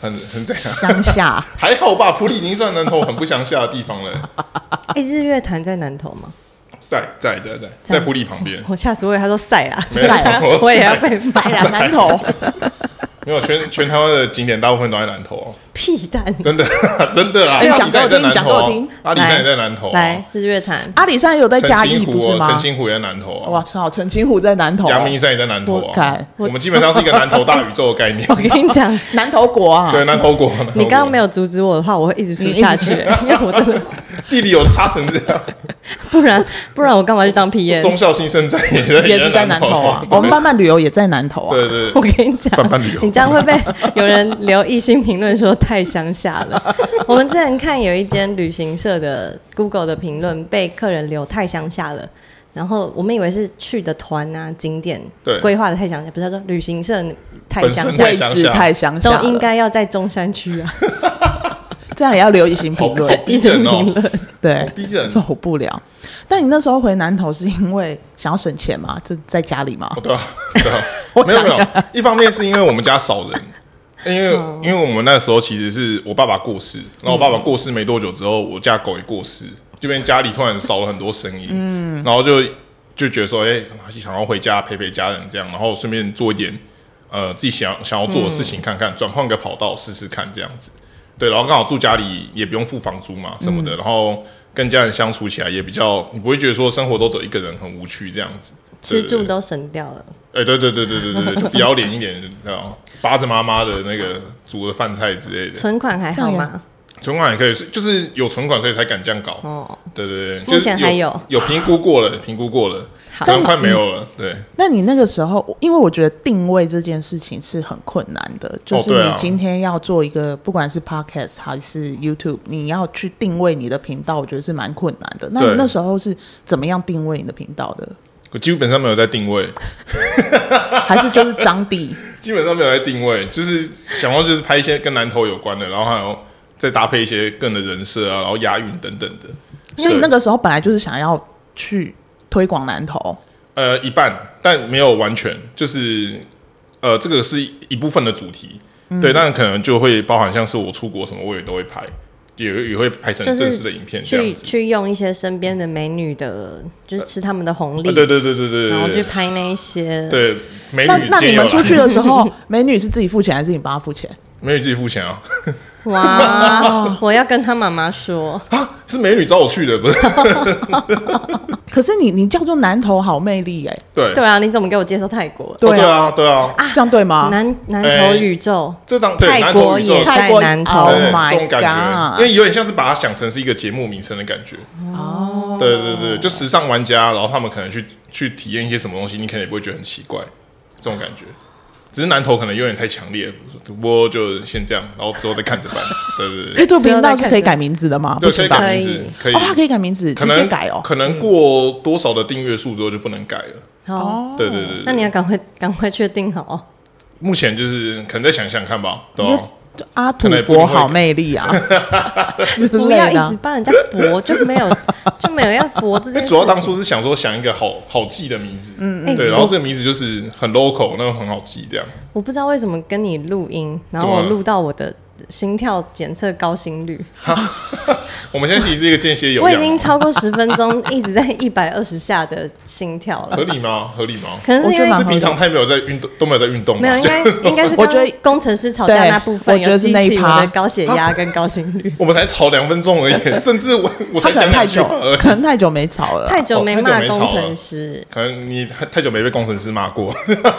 [SPEAKER 4] 很很怎样？
[SPEAKER 2] 乡 下。
[SPEAKER 4] 还好吧，普里已经算南投很不乡下的地方了，
[SPEAKER 3] 哎，日月潭在南投吗？
[SPEAKER 4] 在在在在在普里旁边，
[SPEAKER 3] 我吓死我，以为他说晒啊，
[SPEAKER 4] 没有
[SPEAKER 2] 晒啊
[SPEAKER 4] 我
[SPEAKER 3] 我也 要被
[SPEAKER 2] 塞
[SPEAKER 3] 晒
[SPEAKER 2] 啦，
[SPEAKER 3] 啊，
[SPEAKER 2] 南投，
[SPEAKER 4] 没有全全台湾的景点大部分都在南投、啊，
[SPEAKER 3] 屁蛋！
[SPEAKER 4] 真的 真的啊！
[SPEAKER 2] 哎
[SPEAKER 4] 阿
[SPEAKER 2] 讲
[SPEAKER 4] 里山
[SPEAKER 2] 给我
[SPEAKER 4] 也在
[SPEAKER 2] 听
[SPEAKER 4] 南
[SPEAKER 2] 讲
[SPEAKER 4] 投
[SPEAKER 2] 给我
[SPEAKER 4] 啊
[SPEAKER 2] 听，
[SPEAKER 4] 阿里山也在南投啊，
[SPEAKER 3] 来日月潭，
[SPEAKER 2] 阿里山有在嘉
[SPEAKER 4] 澄
[SPEAKER 2] 义
[SPEAKER 4] 清
[SPEAKER 2] 不
[SPEAKER 4] 湖
[SPEAKER 2] 是
[SPEAKER 4] 哦，
[SPEAKER 2] 吗
[SPEAKER 4] 澄？清湖也在南投啊
[SPEAKER 2] 我，操，澄清湖在南投，
[SPEAKER 4] 阳明山也在南投
[SPEAKER 2] 我
[SPEAKER 4] 啊
[SPEAKER 2] 看，
[SPEAKER 4] 我们基本上是一个南投大宇宙的 概念
[SPEAKER 3] 我，跟你讲，
[SPEAKER 2] 南投国啊，
[SPEAKER 4] 对南投国。南投国
[SPEAKER 3] 你刚刚没有阻止我的话，我会一直数 下去，
[SPEAKER 2] 你
[SPEAKER 3] 因为我真的，
[SPEAKER 4] 地理有差成这样，
[SPEAKER 3] 不然不然我干嘛去当 P
[SPEAKER 4] 中
[SPEAKER 3] N？
[SPEAKER 4] 校新生站也在
[SPEAKER 2] 也是在南
[SPEAKER 4] 南
[SPEAKER 2] 投啊。
[SPEAKER 4] 对
[SPEAKER 2] 我们慢慢旅游也在南投啊。
[SPEAKER 4] 对对
[SPEAKER 3] 我
[SPEAKER 4] 对，
[SPEAKER 3] 跟你讲
[SPEAKER 4] 慢慢旅游，
[SPEAKER 3] 你这样会被有人留一星评论说太乡下 了。我们之前看有一间旅行社的 Google 的评论被客人留太乡下了，然后我们以为是去的团啊景点
[SPEAKER 4] 对
[SPEAKER 3] 规划的太乡下，不是他说旅行社太
[SPEAKER 4] 本身
[SPEAKER 3] 乡
[SPEAKER 4] 太
[SPEAKER 3] 下
[SPEAKER 2] 位置太乡下
[SPEAKER 3] 都
[SPEAKER 2] 了，
[SPEAKER 3] 应该要在中山区 啊，
[SPEAKER 2] 这样也要留一星
[SPEAKER 4] 好
[SPEAKER 2] 评
[SPEAKER 4] 好
[SPEAKER 2] 论，
[SPEAKER 4] 逼人
[SPEAKER 3] 评
[SPEAKER 4] 哦，
[SPEAKER 3] 论。
[SPEAKER 2] 对
[SPEAKER 4] 好逼，人
[SPEAKER 2] 受不了。但你那时候回南投是因为想要省钱嘛？这在家里嘛？
[SPEAKER 4] 对啊对啊，没有没有，一方面是因为我们家少人。因为因为我们那时候其实是我爸爸过世，然后我爸爸过世没多久之后，我家狗也过世，这边家里突然少了很多声音，然后就就觉得说，哎、想要回家陪陪家人这样，然后顺便做一点呃自己想想要做的事情，看看转换、个跑道试试看这样子。对，然后刚好住家里也不用付房租嘛什么的，然后跟家人相处起来也比较，你不会觉得说生活都走一个人很无趣这样子。
[SPEAKER 3] 吃
[SPEAKER 4] 对对
[SPEAKER 3] 住
[SPEAKER 4] 对
[SPEAKER 3] 都省掉了，
[SPEAKER 4] 哎、对对对对对对对，就不要脸一点，你知道吗 扒着妈妈的那个煮的饭菜之类的，
[SPEAKER 3] 存款还好
[SPEAKER 2] 这样
[SPEAKER 3] 吗？
[SPEAKER 4] 存款也可以，就是有存款所以才敢这样搞。
[SPEAKER 3] 哦，
[SPEAKER 4] 对对对，
[SPEAKER 3] 目前
[SPEAKER 4] 就是
[SPEAKER 3] 还
[SPEAKER 4] 有
[SPEAKER 3] 有
[SPEAKER 4] 有评估过了，评估过了，
[SPEAKER 3] 好
[SPEAKER 4] 可能快没有了。对，
[SPEAKER 2] 那你那个时候，因为我觉得定位这件事情是很困难的，就是
[SPEAKER 4] 对
[SPEAKER 2] 你
[SPEAKER 4] 啊
[SPEAKER 2] 今天要做一个，不管是 podcast 还是 YouTube，你要去定位你的频道，我觉得是蛮困难的。那你
[SPEAKER 4] 对
[SPEAKER 2] 那时候是怎么样定位你的频道的？
[SPEAKER 4] 我基本上没有在定位，
[SPEAKER 2] 还是就是张 帝？
[SPEAKER 4] 基本上没有在定位，就是想要就是拍一些跟南投有关的，然后还有再搭配一些个人的人设啊，然后押韵等等的。
[SPEAKER 2] 所以
[SPEAKER 4] 对
[SPEAKER 2] 那个时候本来就是想要去推广南投，
[SPEAKER 4] 呃，一半，但没有完全，就是呃，这个是一部分的主题，
[SPEAKER 2] 嗯
[SPEAKER 4] 对，但可能就会包含像是我出国什么，我也都会拍，也也会拍成
[SPEAKER 3] 就是
[SPEAKER 4] 正式的影片这
[SPEAKER 3] 去
[SPEAKER 4] 样子。
[SPEAKER 3] 去用一些身边的美女的，就是吃他们的红利，
[SPEAKER 4] 啊、对对对对对
[SPEAKER 3] 然后去
[SPEAKER 4] 对
[SPEAKER 3] 拍那一些。
[SPEAKER 4] 对，美
[SPEAKER 2] 那
[SPEAKER 4] 女
[SPEAKER 2] 那
[SPEAKER 4] 今
[SPEAKER 2] 你
[SPEAKER 4] 天有
[SPEAKER 2] 们出
[SPEAKER 4] 来
[SPEAKER 2] 去的时 候，美女是自己付钱还是你帮她付钱？
[SPEAKER 4] 美女自己付钱啊？
[SPEAKER 3] 哇，我要跟他妈妈说，
[SPEAKER 4] 啊，是美女找我去 的，不是？
[SPEAKER 2] 可是你你叫做南投好魅力哎、
[SPEAKER 4] 对
[SPEAKER 3] 对啊，你怎么给我介绍泰国？
[SPEAKER 4] 哦
[SPEAKER 2] 对啊，
[SPEAKER 4] 啊，对啊，
[SPEAKER 2] 这样对吗？
[SPEAKER 3] 南南投宇宙，
[SPEAKER 4] 这当对
[SPEAKER 3] 泰
[SPEAKER 4] 南
[SPEAKER 3] 国
[SPEAKER 4] 投宇宙
[SPEAKER 3] 也。
[SPEAKER 2] 泰国
[SPEAKER 3] 在南投
[SPEAKER 2] ，Oh
[SPEAKER 4] 对对
[SPEAKER 2] my
[SPEAKER 4] 这种感觉，
[SPEAKER 2] god！
[SPEAKER 4] 因为有点像是把它想成是一个节目名称的感觉。哦，对对对，就时尚玩家，然后他们可能去去体验一些什么东西，你可能也不会觉得很奇怪，这种感觉。只是南投可能有点太强烈了，不过就先这样，然后之后再看着办。对对对，
[SPEAKER 2] YouTube 哎频道是可以改名字的吗？
[SPEAKER 4] 对，
[SPEAKER 2] 不
[SPEAKER 4] 可
[SPEAKER 2] 知
[SPEAKER 4] 以
[SPEAKER 2] 道。
[SPEAKER 4] 改名字，可以，
[SPEAKER 2] 哦，它可以改名字，
[SPEAKER 4] 可
[SPEAKER 2] 直接
[SPEAKER 4] 能
[SPEAKER 2] 改哦。
[SPEAKER 4] 可能过多少的订阅数之后就不能改了。
[SPEAKER 2] 哎
[SPEAKER 3] 哦，
[SPEAKER 4] 对对对，对
[SPEAKER 3] 那你要赶快赶快确定好哦。
[SPEAKER 4] 目前就是可能再想想看吧，对吧？哦
[SPEAKER 2] 阿
[SPEAKER 4] 可
[SPEAKER 2] 土
[SPEAKER 4] 能也不一定
[SPEAKER 2] 伯
[SPEAKER 4] 会
[SPEAKER 2] 好魅力 啊之
[SPEAKER 3] 不
[SPEAKER 2] 类
[SPEAKER 3] 要
[SPEAKER 2] 的
[SPEAKER 3] 一直
[SPEAKER 2] 啊。
[SPEAKER 3] 帮人家搏，就 没有就没有要搏这件
[SPEAKER 4] 那
[SPEAKER 2] 哎
[SPEAKER 3] 事情。
[SPEAKER 4] 主要当初是想说想一个好好记的名字，嗯嗯，对，然后这个名字就是很 local，那种很好记这样。
[SPEAKER 3] 我不知道为什么跟你录音，然后
[SPEAKER 4] 怎么
[SPEAKER 3] 我
[SPEAKER 4] 了
[SPEAKER 3] 录到我的心跳检测高心率，
[SPEAKER 4] 我们现在其实是一个间歇有
[SPEAKER 3] 我已
[SPEAKER 4] 氧
[SPEAKER 3] 经
[SPEAKER 4] 嘛，
[SPEAKER 3] 超过十分钟一直在一百二十下的心跳了
[SPEAKER 4] 合。理吗？合理吗？
[SPEAKER 3] 可能
[SPEAKER 2] 我
[SPEAKER 3] 是
[SPEAKER 2] 觉得
[SPEAKER 3] 因为
[SPEAKER 2] 蛮
[SPEAKER 4] 是平常太没有在运动，都没有在运动嘛，
[SPEAKER 3] 没有，应
[SPEAKER 4] 所以
[SPEAKER 3] 该应该是
[SPEAKER 2] 我觉得
[SPEAKER 3] 刚工程师吵架
[SPEAKER 2] 对
[SPEAKER 3] 那部分
[SPEAKER 2] 我觉
[SPEAKER 3] 有
[SPEAKER 2] 得是
[SPEAKER 3] 激
[SPEAKER 2] 那一
[SPEAKER 3] 起我
[SPEAKER 2] 趴
[SPEAKER 3] 的高血压跟高心率。
[SPEAKER 4] 我们才吵两分钟 而已，甚至我我
[SPEAKER 2] 他
[SPEAKER 4] 才
[SPEAKER 2] 可能
[SPEAKER 4] 讲
[SPEAKER 2] 太
[SPEAKER 4] 两句
[SPEAKER 2] 久
[SPEAKER 4] 话而，已。
[SPEAKER 2] 可能太久没吵了啊。
[SPEAKER 3] 太久没
[SPEAKER 4] 哦太久
[SPEAKER 3] 骂
[SPEAKER 4] 没吵
[SPEAKER 3] 工
[SPEAKER 4] 了
[SPEAKER 3] 程师，
[SPEAKER 4] 可能你太太久没被工程师骂过，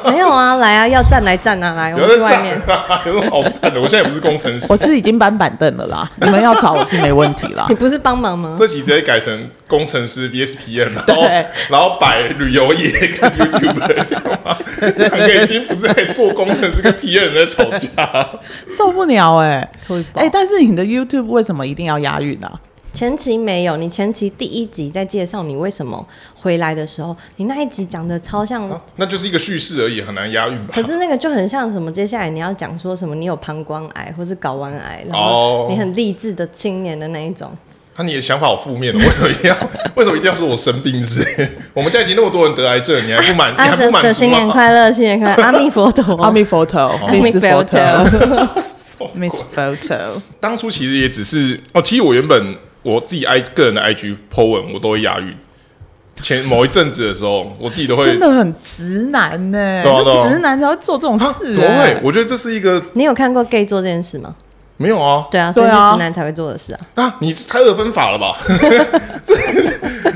[SPEAKER 3] 没有啊，来啊，要站来站 啊，来，我
[SPEAKER 4] 不要
[SPEAKER 3] 们去
[SPEAKER 4] 再
[SPEAKER 3] 外面。
[SPEAKER 4] 站了，有什么好站的？我现在 也不是工程师
[SPEAKER 2] 我，是已经搬板凳了 啦，你们要吵我是没问题啦
[SPEAKER 3] 你。不是帮忙吗？
[SPEAKER 4] 这集直接改成工程师 VSPN，然后
[SPEAKER 2] 对
[SPEAKER 4] 然后摆旅游业跟 YouTuber 这样 吗？两个已经不是在做工程师跟 PM 在吵架，
[SPEAKER 2] 受不了哎、欸，
[SPEAKER 3] 会
[SPEAKER 2] 哎、但是你的 YouTube 为什么一定要押韵啊？
[SPEAKER 3] 前期没有，你前期第一集在介绍你为什么回来的时候，你那一集讲的超 像，
[SPEAKER 4] 那就是一个叙事而已，很难押韵吧？
[SPEAKER 3] 可是那个就很像什么？接下来你要讲说什么？你有膀胱癌或是睾丸癌，然
[SPEAKER 4] 哦
[SPEAKER 3] 后你很励志的青年的那一种。
[SPEAKER 4] 那你的想法好负面的，哦为什么一定要 为什么一定要说我生病之类？ 我们家已经那么多人得癌症，你还不满？你
[SPEAKER 3] 啊，
[SPEAKER 4] 还
[SPEAKER 3] 这
[SPEAKER 4] 不满
[SPEAKER 3] 这
[SPEAKER 4] 足
[SPEAKER 3] 新年
[SPEAKER 4] 吗？
[SPEAKER 3] 快乐，新年 快乐，阿弥佛陀，
[SPEAKER 2] 阿弥佛陀，Miss
[SPEAKER 3] 哦
[SPEAKER 2] 佛陀
[SPEAKER 4] 什么鬼
[SPEAKER 2] ，Miss 佛陀，
[SPEAKER 4] 哦当初其实也只是哦，其实我原本我自己 i 个人的 IG po 文，我都会押韵。前某一阵子的时候，我自己都 会
[SPEAKER 2] 真的很直男呢、欸，
[SPEAKER 4] 对啊对啊
[SPEAKER 2] 直男才会做这种
[SPEAKER 4] 啊
[SPEAKER 2] 事、欸，
[SPEAKER 4] 怎么会？我觉得这是一个
[SPEAKER 3] 你有看过 gay 做这件事吗？
[SPEAKER 4] 没有啊
[SPEAKER 3] 对啊，所以是
[SPEAKER 2] 对啊
[SPEAKER 3] 直男才会做的事啊。
[SPEAKER 4] 啊！你太二分法了 吧？这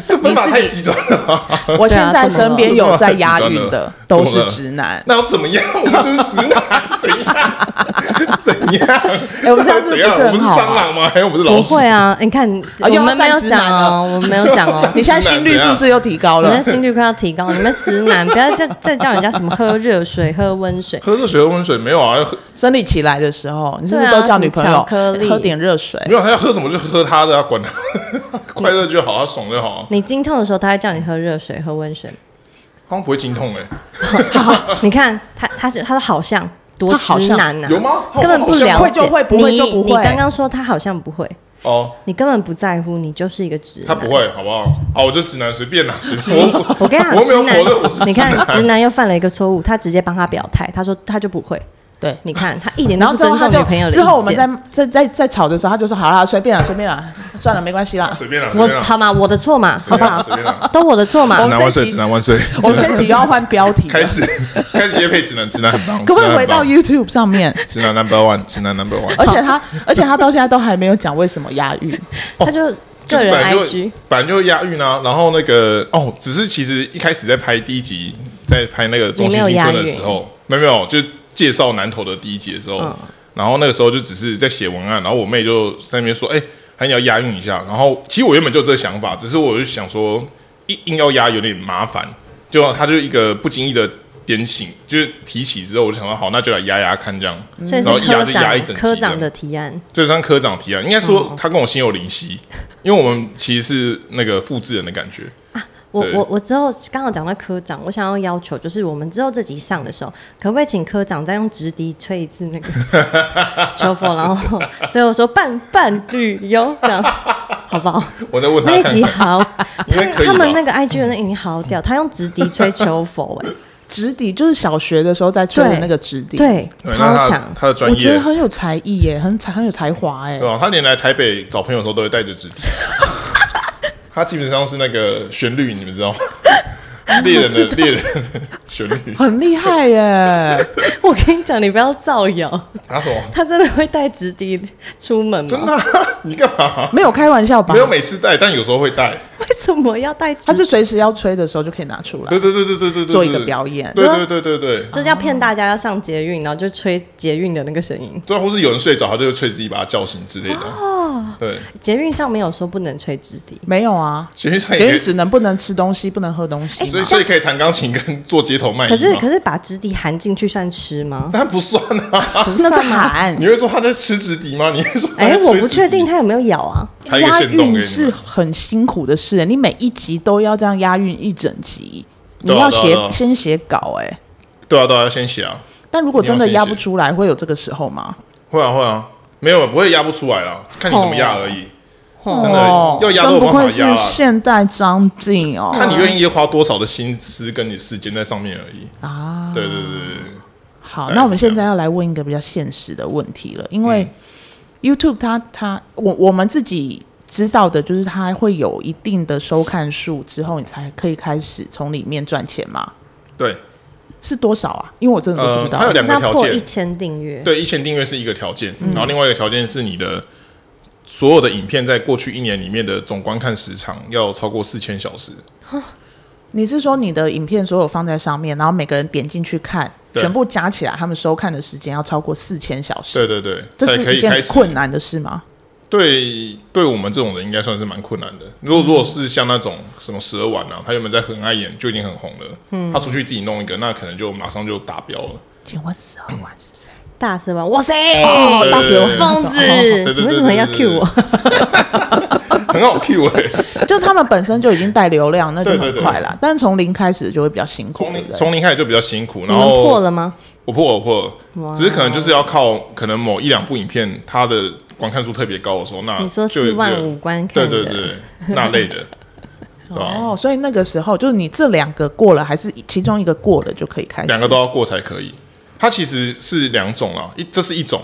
[SPEAKER 4] 这分法太极端了吧？
[SPEAKER 2] 我现在
[SPEAKER 3] 对啊
[SPEAKER 2] 身边有在押韵
[SPEAKER 4] 怎么
[SPEAKER 2] 的
[SPEAKER 4] 了
[SPEAKER 2] 都是直男。
[SPEAKER 4] 那要怎么样？我们就是直男，怎样？怎样？
[SPEAKER 2] 哎我们这样是不
[SPEAKER 4] 怎
[SPEAKER 2] 是很好
[SPEAKER 4] 样？
[SPEAKER 2] 啊
[SPEAKER 4] 我们是蟑螂吗？还有我们是老
[SPEAKER 3] 不
[SPEAKER 4] 鼠？
[SPEAKER 3] 会啊，你看
[SPEAKER 2] 啊
[SPEAKER 3] 我
[SPEAKER 2] 哦又要
[SPEAKER 3] 们没
[SPEAKER 2] 站
[SPEAKER 3] 有
[SPEAKER 2] 直男
[SPEAKER 3] 讲
[SPEAKER 2] 了
[SPEAKER 3] 哦，我们没有 讲 哦。
[SPEAKER 2] 你现在心率是不是又提高
[SPEAKER 3] 我们
[SPEAKER 2] 了
[SPEAKER 3] 的？心率快要提高，你们直男不要再 再叫人家什么喝热水、喝温水，
[SPEAKER 4] 喝热水、喝温水没有啊？要喝
[SPEAKER 2] 生理期来的时候，你是不是
[SPEAKER 3] 对啊
[SPEAKER 2] 都叫女朋友
[SPEAKER 3] 什么巧克力
[SPEAKER 2] 喝点热水？
[SPEAKER 4] 没有？他要喝什么就喝他的啊，管他， 快乐就好，他爽就好啊。
[SPEAKER 3] 你经痛的时候，他会叫你喝热水、喝温水。
[SPEAKER 4] 好像不会经痛哎、
[SPEAKER 3] 你看他，他是他说好像多
[SPEAKER 2] 他好
[SPEAKER 3] 直
[SPEAKER 2] 像
[SPEAKER 3] 男呐、啊
[SPEAKER 4] 有吗
[SPEAKER 3] 根本不了
[SPEAKER 2] 会
[SPEAKER 3] 解，
[SPEAKER 2] 就会不会就不
[SPEAKER 3] 你
[SPEAKER 2] 会
[SPEAKER 3] 你刚刚说他好像不会，
[SPEAKER 4] 哦，
[SPEAKER 3] 你根本不在乎，你就是一个直男。
[SPEAKER 4] 他不。会，好不好？啊，我就直男随便啦，随便。
[SPEAKER 3] 你
[SPEAKER 4] 我
[SPEAKER 3] 我跟你
[SPEAKER 4] 我
[SPEAKER 3] 讲，
[SPEAKER 4] 没有
[SPEAKER 3] 直
[SPEAKER 4] 否认我
[SPEAKER 3] 男，
[SPEAKER 4] 是
[SPEAKER 3] 你
[SPEAKER 4] 直
[SPEAKER 3] 看
[SPEAKER 4] 男
[SPEAKER 3] 直男又犯了一个错误，他直接帮他表态，他说他就不会。
[SPEAKER 2] 对。
[SPEAKER 3] 你看他一点都
[SPEAKER 2] 然后
[SPEAKER 3] 不
[SPEAKER 2] 之后
[SPEAKER 3] 尊
[SPEAKER 2] 他
[SPEAKER 3] 重
[SPEAKER 2] 就
[SPEAKER 3] 女朋友的
[SPEAKER 2] 之后我
[SPEAKER 3] 意
[SPEAKER 2] 们
[SPEAKER 3] 见
[SPEAKER 2] 在在在在吵的时候，他就说好啦，随便啦，随便啦，算了，没关系 啦。
[SPEAKER 4] 随便啦，随便
[SPEAKER 3] 我
[SPEAKER 4] 啦，
[SPEAKER 3] 好嘛，我的错嘛，好
[SPEAKER 4] 随
[SPEAKER 3] 不
[SPEAKER 4] 便啦，
[SPEAKER 3] 好
[SPEAKER 4] 随？便啊啦。
[SPEAKER 3] 都我的错嘛
[SPEAKER 2] 我，
[SPEAKER 4] 直
[SPEAKER 2] 们
[SPEAKER 4] 男
[SPEAKER 2] 这
[SPEAKER 4] 万岁，
[SPEAKER 2] 集
[SPEAKER 4] 直男万岁！
[SPEAKER 2] 我
[SPEAKER 4] 直
[SPEAKER 2] 们
[SPEAKER 4] 男
[SPEAKER 2] 这集又要换标题了，
[SPEAKER 4] 开始开始也配直男，直男很棒，
[SPEAKER 2] 可不可
[SPEAKER 4] 直
[SPEAKER 2] 以回
[SPEAKER 4] 男很
[SPEAKER 2] 到
[SPEAKER 4] 棒
[SPEAKER 2] YouTube 上面？
[SPEAKER 4] 直男 number one，直男 number one。
[SPEAKER 2] 而且他，而且他到现在都还没有讲为什么押韵。
[SPEAKER 3] 他就
[SPEAKER 4] 就
[SPEAKER 3] 个
[SPEAKER 4] 是
[SPEAKER 3] 人
[SPEAKER 4] 本来就
[SPEAKER 3] IG。
[SPEAKER 4] 本来就押韵啊，然后那个哦，只是其实一开始在拍第一集，在拍那个《中心新村》的时候，没有没有，就介绍南投的第一集的时
[SPEAKER 3] 嗯
[SPEAKER 4] 候，然后那个时候就只是在写文案，然后我妹就在那边说，哎、还你要押韵一下。然后其实我原本就有这个想法，只是我就想说，硬硬要押有点麻烦，就他就一个不经意的点醒，就是提起之后，我就想说，好，那就来压压看这样，
[SPEAKER 3] 嗯所以
[SPEAKER 4] 然后
[SPEAKER 3] 是
[SPEAKER 4] 一压
[SPEAKER 3] 科
[SPEAKER 4] 就压一
[SPEAKER 3] 长
[SPEAKER 4] 整集这
[SPEAKER 3] 科
[SPEAKER 4] 样。
[SPEAKER 3] 长的提案，
[SPEAKER 4] 就算科长提案，应该
[SPEAKER 2] 嗯
[SPEAKER 4] 说他跟我心有灵犀，因为我们其实是那个复制人的感觉。
[SPEAKER 3] 我
[SPEAKER 4] 对
[SPEAKER 3] 我我之后刚好讲到科长，我想要要求就是我们之后这集上的时候，可不可以请科长再用直笛吹一次那个 求佛，然后最后说伴伴侣游这样，好不好？
[SPEAKER 4] 我在问他
[SPEAKER 3] 那一
[SPEAKER 4] 看
[SPEAKER 3] 集
[SPEAKER 4] 看，
[SPEAKER 3] 好，
[SPEAKER 4] 应
[SPEAKER 3] 他
[SPEAKER 4] 该可以吧
[SPEAKER 3] 他们那个 IG 的那音好屌，他用直笛吹求佛、哎，
[SPEAKER 2] 直笛就是小学的时候在吹的
[SPEAKER 3] 对
[SPEAKER 2] 那个直笛，，
[SPEAKER 3] 对，
[SPEAKER 4] 对那
[SPEAKER 3] 超
[SPEAKER 4] 他
[SPEAKER 3] 强。
[SPEAKER 4] 他的专
[SPEAKER 2] 我觉
[SPEAKER 4] 业
[SPEAKER 2] 得，很有才艺耶，很才很有才华哎
[SPEAKER 4] 对。吧？他连来台北找朋友的时候都会带着纸 笛。他基本上是那个旋律，你们知道吗？ 猎人的猎人的旋律
[SPEAKER 2] 很厉害耶！
[SPEAKER 3] 我跟你讲，你不要造谣，
[SPEAKER 4] 拿什么？
[SPEAKER 3] 他真的会带直笛出门吗？
[SPEAKER 4] 真的啊、你干嘛？
[SPEAKER 2] 没有开玩笑吧？
[SPEAKER 4] 没有每次带，但有时候会带。
[SPEAKER 3] 为什么要带直笛？
[SPEAKER 2] 他是随时要吹的时候就可以拿出来
[SPEAKER 4] 对对对对对对对，
[SPEAKER 2] 做一个表演。
[SPEAKER 4] 对。对对对对对，
[SPEAKER 3] 就是要骗大家要上捷运，然后就吹捷运的那个声音。
[SPEAKER 4] 对啊，或是有人睡着，他就会催自己把他叫醒之类的。
[SPEAKER 2] 哦
[SPEAKER 4] 对，
[SPEAKER 3] 捷运上没有说不能吹直笛，
[SPEAKER 2] 没有啊，
[SPEAKER 4] 其实上也
[SPEAKER 2] 所
[SPEAKER 4] 可
[SPEAKER 2] 以
[SPEAKER 4] 以
[SPEAKER 2] 只能不能吃东西，不能喝东西
[SPEAKER 4] 哎所以
[SPEAKER 2] 嘛。
[SPEAKER 4] 所以可以弹钢琴跟做街头卖艺
[SPEAKER 3] 可是
[SPEAKER 4] 嘛
[SPEAKER 3] 可是把直笛含进去算吃吗？
[SPEAKER 4] 但不算啊！
[SPEAKER 2] 那是喊
[SPEAKER 4] 你会说他在吃纸笛吗？你会说他
[SPEAKER 3] 哎、
[SPEAKER 4] 在吹纸笛？
[SPEAKER 3] 我不确定他有没有咬啊。
[SPEAKER 4] 他一个
[SPEAKER 2] 押
[SPEAKER 4] 线动给
[SPEAKER 2] 韵
[SPEAKER 4] 你
[SPEAKER 2] 是
[SPEAKER 4] 们。
[SPEAKER 2] 很辛苦的事，你每一集都要这样押韵一整集，你
[SPEAKER 4] 对啊
[SPEAKER 2] 要
[SPEAKER 4] 对啊
[SPEAKER 2] 写
[SPEAKER 4] 对啊
[SPEAKER 2] 先写稿哎。
[SPEAKER 4] 对啊，对啊，要先写啊。
[SPEAKER 2] 但如果真的
[SPEAKER 4] 你要先
[SPEAKER 2] 压
[SPEAKER 4] 写
[SPEAKER 2] 不出来，会有这个时候吗？
[SPEAKER 4] 会啊会啊，没有不会压不出来啦，看你怎么压而已。真的
[SPEAKER 2] 哦，
[SPEAKER 4] 要压都
[SPEAKER 2] 真
[SPEAKER 4] 有
[SPEAKER 2] 不
[SPEAKER 4] 办法
[SPEAKER 2] 愧
[SPEAKER 4] 压
[SPEAKER 2] 是
[SPEAKER 4] 啊啦
[SPEAKER 2] 现代张晋哦，
[SPEAKER 4] 看你愿意花多少的心思跟你时间在上面而已啊。对对对对，
[SPEAKER 2] 好，
[SPEAKER 4] 大概
[SPEAKER 2] 那我
[SPEAKER 4] 是
[SPEAKER 2] 们
[SPEAKER 4] 这嗯
[SPEAKER 2] 现在要来问一个比较现实的问题了，因为 YouTube 它它我我们自己知道的就是它会有一定的收看数之后，你才可以开始从里面赚钱嘛？
[SPEAKER 4] 对
[SPEAKER 2] 是多少啊？因为我真的都不知道。
[SPEAKER 4] 呃它有两个
[SPEAKER 3] 要
[SPEAKER 4] 条
[SPEAKER 3] 破
[SPEAKER 4] 件
[SPEAKER 3] 一千订阅，
[SPEAKER 4] 对，一千订阅是一个条件，然后另外一个条件是你的所有的影片在过去一年里面的总观看时长要超过四千小时。
[SPEAKER 2] 你是说你的影片所有放在上面，然后每个人点进去看，
[SPEAKER 4] 对
[SPEAKER 2] 全部加起来，他们收看的时间要超过四千小时？
[SPEAKER 4] 对对对，
[SPEAKER 2] 这
[SPEAKER 4] 才可
[SPEAKER 2] 是一
[SPEAKER 4] 以
[SPEAKER 2] 件
[SPEAKER 4] 开
[SPEAKER 2] 很
[SPEAKER 4] 始。
[SPEAKER 2] 困难的事吗？
[SPEAKER 4] 对，对我们这种人应该算是蛮困难的。如果如果是像那种什么十二碗啊，他原本在很爱演就已经很红了，
[SPEAKER 3] 嗯
[SPEAKER 4] 他出去自己弄一个，那可能就马上就达标了。
[SPEAKER 2] 请问十二万是谁？
[SPEAKER 3] 大蛇丸，哇塞，
[SPEAKER 2] 哦
[SPEAKER 4] 大蛇丸
[SPEAKER 3] 疯子
[SPEAKER 2] 对，
[SPEAKER 4] 对对
[SPEAKER 3] 你为什么要
[SPEAKER 4] 对对
[SPEAKER 3] Q 我？
[SPEAKER 4] 很好 Q 哎、
[SPEAKER 2] 就他们本身就已经带流量，那就
[SPEAKER 4] 对对
[SPEAKER 2] 很
[SPEAKER 4] 对
[SPEAKER 2] 快啦。但是从零开始就会比较辛苦，对
[SPEAKER 4] 从
[SPEAKER 2] 不
[SPEAKER 4] 零
[SPEAKER 2] 对？
[SPEAKER 4] 从零开始就比较辛苦，
[SPEAKER 3] 你
[SPEAKER 4] 然
[SPEAKER 3] 们
[SPEAKER 4] 后
[SPEAKER 3] 破了吗？
[SPEAKER 4] 我破了我破了，只是可能就是要靠可能某一两部影片它的观看数特别高的时候，那
[SPEAKER 3] 你说
[SPEAKER 4] 就有
[SPEAKER 3] 四万
[SPEAKER 4] 这个
[SPEAKER 3] 五观看
[SPEAKER 4] 对
[SPEAKER 3] 的
[SPEAKER 4] 对 对，那类的，对吧？
[SPEAKER 2] 哦，所以那个时候就是你这两个过了，还是其中一个过了就可以开始？
[SPEAKER 4] 两个都要过才可以。它其实是两种啦，一这是一种，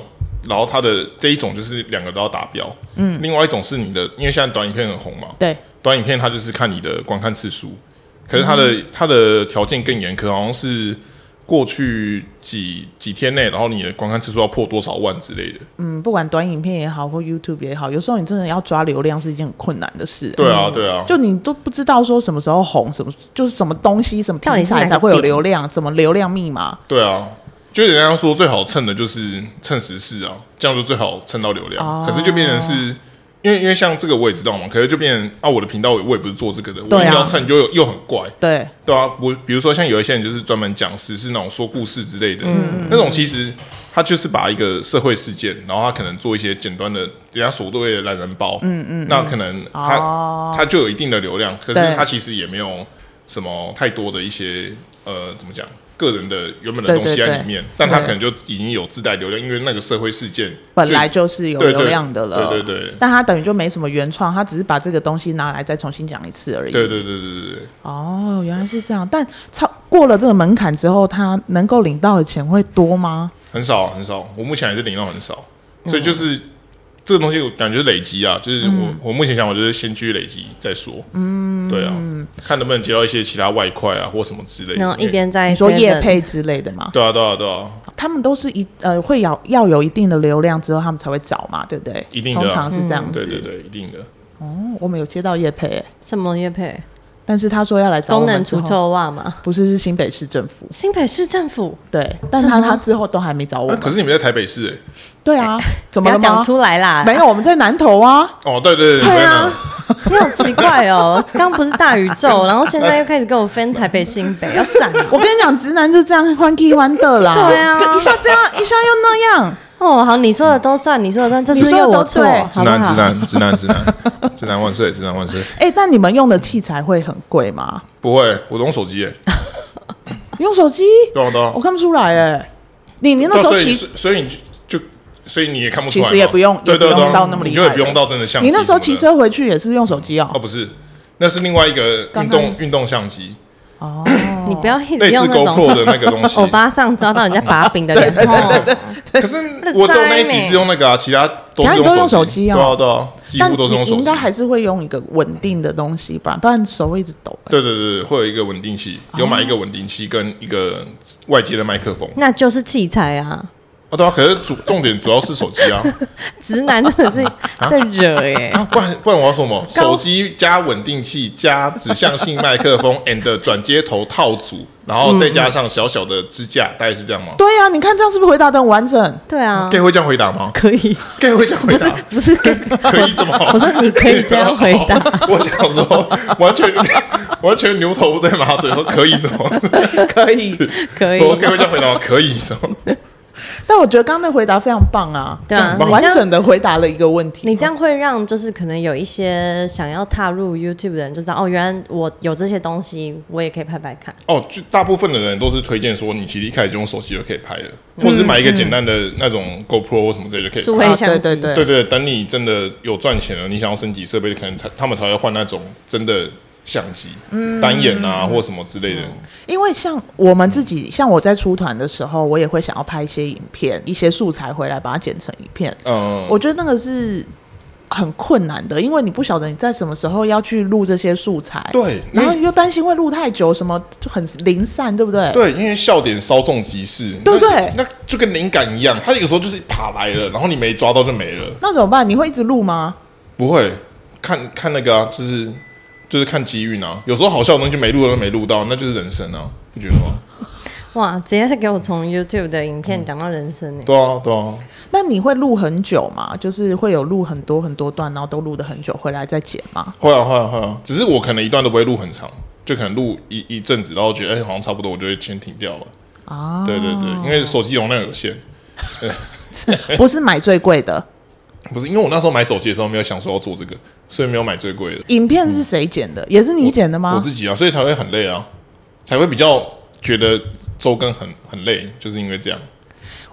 [SPEAKER 4] 然后它的这一种就是两个都要达标，嗯，另外一种是你的，因为现在短影片很红嘛，
[SPEAKER 2] 对，
[SPEAKER 4] 短影片它就是看你的观看次数，可是它的、它的条件更严苛，好像是过去几几天内，然后你的观看次数要破多少万之类的。
[SPEAKER 2] 嗯，不管短影片也好，或 YouTube 也好，有时候你真的要抓流量是一件很困难的事。
[SPEAKER 4] 对啊，对啊，
[SPEAKER 2] 就你都不知道说什么时候红，什么就是什么东西、什么
[SPEAKER 3] 到
[SPEAKER 2] 题
[SPEAKER 3] 底是哪
[SPEAKER 2] 材
[SPEAKER 3] 个
[SPEAKER 2] 才会有
[SPEAKER 3] 点
[SPEAKER 2] 流量，什么流量密码
[SPEAKER 4] 对啊。就人家说最好蹭的就是蹭时事啊，这样就最好蹭到流量。
[SPEAKER 2] 哦
[SPEAKER 4] 可是就变成是，因为因为像这个我也知道嘛，可是就变成啊，我的频道我也不是做这个的，我
[SPEAKER 2] 对啊
[SPEAKER 4] 硬要蹭就又很怪。
[SPEAKER 2] 对，
[SPEAKER 4] 对啊，我比如说像有一些人就是专门讲时事那种说故事之类的，那种其实他就是把一个社会事件，然后他可能做一些简单的，人家所谓的懒人包，嗯嗯，那可能他、
[SPEAKER 2] 哦
[SPEAKER 4] 他就有一定的流量，可是
[SPEAKER 2] 对
[SPEAKER 4] 他其实也没有什么太多的一些呃怎么讲个人的原本的
[SPEAKER 2] 对
[SPEAKER 4] 东西
[SPEAKER 2] 对
[SPEAKER 4] 在
[SPEAKER 2] 对
[SPEAKER 4] 里面，但他
[SPEAKER 2] 对
[SPEAKER 4] 可能就已经有自带流量，因为那个社会事件
[SPEAKER 2] 本来就是有
[SPEAKER 4] 对对
[SPEAKER 2] 流量的了。
[SPEAKER 4] 对对对
[SPEAKER 2] 但他等于就没什么原创，他只是把这个东西拿来再重新讲一次而已。
[SPEAKER 4] 对对对对对对，
[SPEAKER 2] 哦，原来是这样。但超过了这个门槛之后，他能够领到的钱会多吗？
[SPEAKER 4] 很少很少，我目前还是领到很少，所以就是、这个东西我感觉累积啊，就是我、我目前想法就是先去累积再说，嗯，对啊，看能不能接到一些其他外快啊或什么之类的，
[SPEAKER 3] 然后一
[SPEAKER 4] 因为
[SPEAKER 3] 边在
[SPEAKER 2] 你说
[SPEAKER 3] 7-Eleven
[SPEAKER 2] 业配之类的吗？
[SPEAKER 4] 对啊对啊对啊，
[SPEAKER 2] 他们都是一呃会要要有一定的流量之后，他们才会找嘛，对不对？
[SPEAKER 4] 一定的啊
[SPEAKER 2] 通常是这样子。
[SPEAKER 4] 对对对，一定的，
[SPEAKER 2] 嗯我们有接到叶佩、欸，
[SPEAKER 3] 什么业配？
[SPEAKER 2] 但是他说要来找我
[SPEAKER 3] 功
[SPEAKER 2] 们
[SPEAKER 3] 能
[SPEAKER 2] 之
[SPEAKER 3] 除
[SPEAKER 2] 后，
[SPEAKER 3] 臭袜吗？
[SPEAKER 2] 不是是新北市政府，
[SPEAKER 3] 新北市政府，
[SPEAKER 2] 对，但他
[SPEAKER 3] 是吗
[SPEAKER 2] 他之后都还没找我
[SPEAKER 4] 啊
[SPEAKER 2] 们。
[SPEAKER 4] 可是你们在台北市、欸，
[SPEAKER 2] 对啊，怎
[SPEAKER 3] 不
[SPEAKER 2] 么
[SPEAKER 3] 要
[SPEAKER 2] 了吗
[SPEAKER 3] 讲？出来啦！
[SPEAKER 2] 没有，我们在南投啊。
[SPEAKER 4] 哦对对对，对啊，
[SPEAKER 3] 你好奇怪哦，刚不是大宇宙，然后现在又开始跟我分台北新北，要赞啊
[SPEAKER 2] 我跟你讲，直男就这样欢 k 欢乐啦。
[SPEAKER 3] 对啊
[SPEAKER 2] 就一下这样，一下又那样。
[SPEAKER 3] 哦！好，你说的都算，你说的算，这是
[SPEAKER 2] 你说
[SPEAKER 3] 又
[SPEAKER 2] 的
[SPEAKER 3] 我
[SPEAKER 2] 都
[SPEAKER 3] 错，
[SPEAKER 2] 对
[SPEAKER 3] 好
[SPEAKER 4] 直
[SPEAKER 3] 不
[SPEAKER 4] 男直
[SPEAKER 3] 好？
[SPEAKER 4] 男直男直男 直男万岁直男万岁，
[SPEAKER 2] 哎、但你们用的器材会很贵吗？
[SPEAKER 4] 不会，我用手机、欸，
[SPEAKER 2] 用手机？
[SPEAKER 4] 对啊对啊
[SPEAKER 2] 我，看不出来哎、你你那
[SPEAKER 4] 对啊
[SPEAKER 2] 时候
[SPEAKER 4] 所以
[SPEAKER 2] 其
[SPEAKER 4] 所以所以你就就所以你也看不出
[SPEAKER 2] 其
[SPEAKER 4] 来嘛，
[SPEAKER 2] 实也不用，
[SPEAKER 4] 对对
[SPEAKER 2] 也不
[SPEAKER 4] 对啊
[SPEAKER 2] 用，到那么厉
[SPEAKER 4] 你
[SPEAKER 2] 害
[SPEAKER 4] 就
[SPEAKER 2] 的。
[SPEAKER 4] 也不用到真的相机
[SPEAKER 2] 你
[SPEAKER 4] 什么
[SPEAKER 2] 那
[SPEAKER 4] 的，
[SPEAKER 2] 时候骑车回去也是用手机
[SPEAKER 4] 哦，
[SPEAKER 2] 哦。
[SPEAKER 4] 不是，那是另外一个
[SPEAKER 2] 刚刚
[SPEAKER 4] 运动运动相机，
[SPEAKER 3] 你不要一
[SPEAKER 4] 类
[SPEAKER 3] 直
[SPEAKER 4] 似
[SPEAKER 3] 用那
[SPEAKER 4] GoPro
[SPEAKER 3] 种
[SPEAKER 4] 的那个东西
[SPEAKER 3] 欧。 巴上抓到人家把柄的脸，哦
[SPEAKER 4] 可是我只有那一集是用那个啊，其他都
[SPEAKER 2] 其
[SPEAKER 4] 是
[SPEAKER 2] 他你都用手
[SPEAKER 4] 手
[SPEAKER 2] 机哦
[SPEAKER 4] 对啊对啊，几
[SPEAKER 2] 但
[SPEAKER 4] 乎都是
[SPEAKER 2] 你
[SPEAKER 4] 用
[SPEAKER 2] 你
[SPEAKER 4] 手
[SPEAKER 2] 应
[SPEAKER 4] 机嗯
[SPEAKER 2] 该。还是会用一个稳定的东西吧，不然手会一直抖、欸。
[SPEAKER 4] 对对对，对会有一个稳定器，有买一个稳定器跟一个外接的麦克风。
[SPEAKER 3] 那就是器材啊！
[SPEAKER 4] 哦，对啊，可是主重点主要是手机啊
[SPEAKER 3] 直男真的是在惹哎、
[SPEAKER 4] 啊，不然不然我要说什么？手机加稳定器加指向性麦克风 and 转接头套组，然后再加上小小的支架，大概是这样吗？
[SPEAKER 2] 对呀、啊你看这样是不是回答的很完整？
[SPEAKER 3] 对啊，
[SPEAKER 4] gay 会这样回答吗
[SPEAKER 3] 可以，
[SPEAKER 4] ？gay 会这样回答？
[SPEAKER 3] 不是可以
[SPEAKER 4] 可以什么？
[SPEAKER 3] 我说你可以这样回答
[SPEAKER 4] 我想说，完全完全牛头不对马嘴，说可以什么？
[SPEAKER 2] 可以，
[SPEAKER 3] 可以
[SPEAKER 4] 我可以这样回答吗，可以什么？
[SPEAKER 2] 但我觉得刚刚的回答非常棒啊，
[SPEAKER 3] 对啊
[SPEAKER 2] 这样
[SPEAKER 3] 你这样
[SPEAKER 2] 完整的回答了一个问题。
[SPEAKER 3] 你这样会让就是可能有一些想要踏入 YouTube 的人就知道哦，原来我有这些东西，我也可以拍拍看。
[SPEAKER 4] 哦，就大部分的人都是推荐说，你其实一开始就用手机就可以拍了，
[SPEAKER 3] 嗯
[SPEAKER 4] 或者是买一个简单的那种 GoPro 或什么之类就可以
[SPEAKER 3] 数
[SPEAKER 4] 拍。
[SPEAKER 3] 位
[SPEAKER 2] 啊
[SPEAKER 3] 相机、
[SPEAKER 2] 对对对
[SPEAKER 4] 对对，等你真的有赚钱了，你想要升级设备，可能才他们才会换那种真的相机，
[SPEAKER 3] 嗯
[SPEAKER 4] 单眼啊或什么之类的。
[SPEAKER 2] 因为像我们自己，像我在出团的时候，我也会想要拍一些影片、一些素材回来，把它剪成影片。
[SPEAKER 4] 嗯，
[SPEAKER 2] 我觉得那个是很困难的，因为你不晓得你在什么时候要去录这些素材，
[SPEAKER 4] 对因
[SPEAKER 2] 然
[SPEAKER 4] 为
[SPEAKER 2] 后又担心会录太久，什么就很零散，对不对？
[SPEAKER 4] 对，因为笑点稍纵即逝，
[SPEAKER 2] 对不
[SPEAKER 4] 那
[SPEAKER 2] 对
[SPEAKER 4] 那就跟灵感一样，它有时候就是啪来了，然后你没抓到就没了。
[SPEAKER 2] 那怎么办？你会一直录吗？
[SPEAKER 4] 不会，看看那个啊，就是就是看机遇啊。有时候好笑的东西就没录到，没录到，那就是人生啊，不觉得吗？
[SPEAKER 3] 哇，直接给我从 YouTube 的影
[SPEAKER 4] 嗯
[SPEAKER 3] 片讲到人生呢、欸
[SPEAKER 4] 对啊，对啊，
[SPEAKER 2] 那你会录很久吗？就是会有录很多很多段，然后都录的很久，回来再剪吗？
[SPEAKER 4] 会啊，会啊，会啊。只是我可能一段都不会录很长，就可能录一一阵子，然后觉得哎、好像差不多，我就会先停掉了。
[SPEAKER 2] 啊，
[SPEAKER 4] 对对对，因为手机容量有限，
[SPEAKER 2] 不是买最贵 的。
[SPEAKER 4] 不是因为我那时候买手机的时候没有想说要做这个，所以没有买最贵的。
[SPEAKER 2] 影片是谁剪的？也是你剪的
[SPEAKER 4] 嗯我
[SPEAKER 2] 吗？
[SPEAKER 4] 自己啊，所以才会很累啊，才会比较觉得周更很很累，就是因为这样。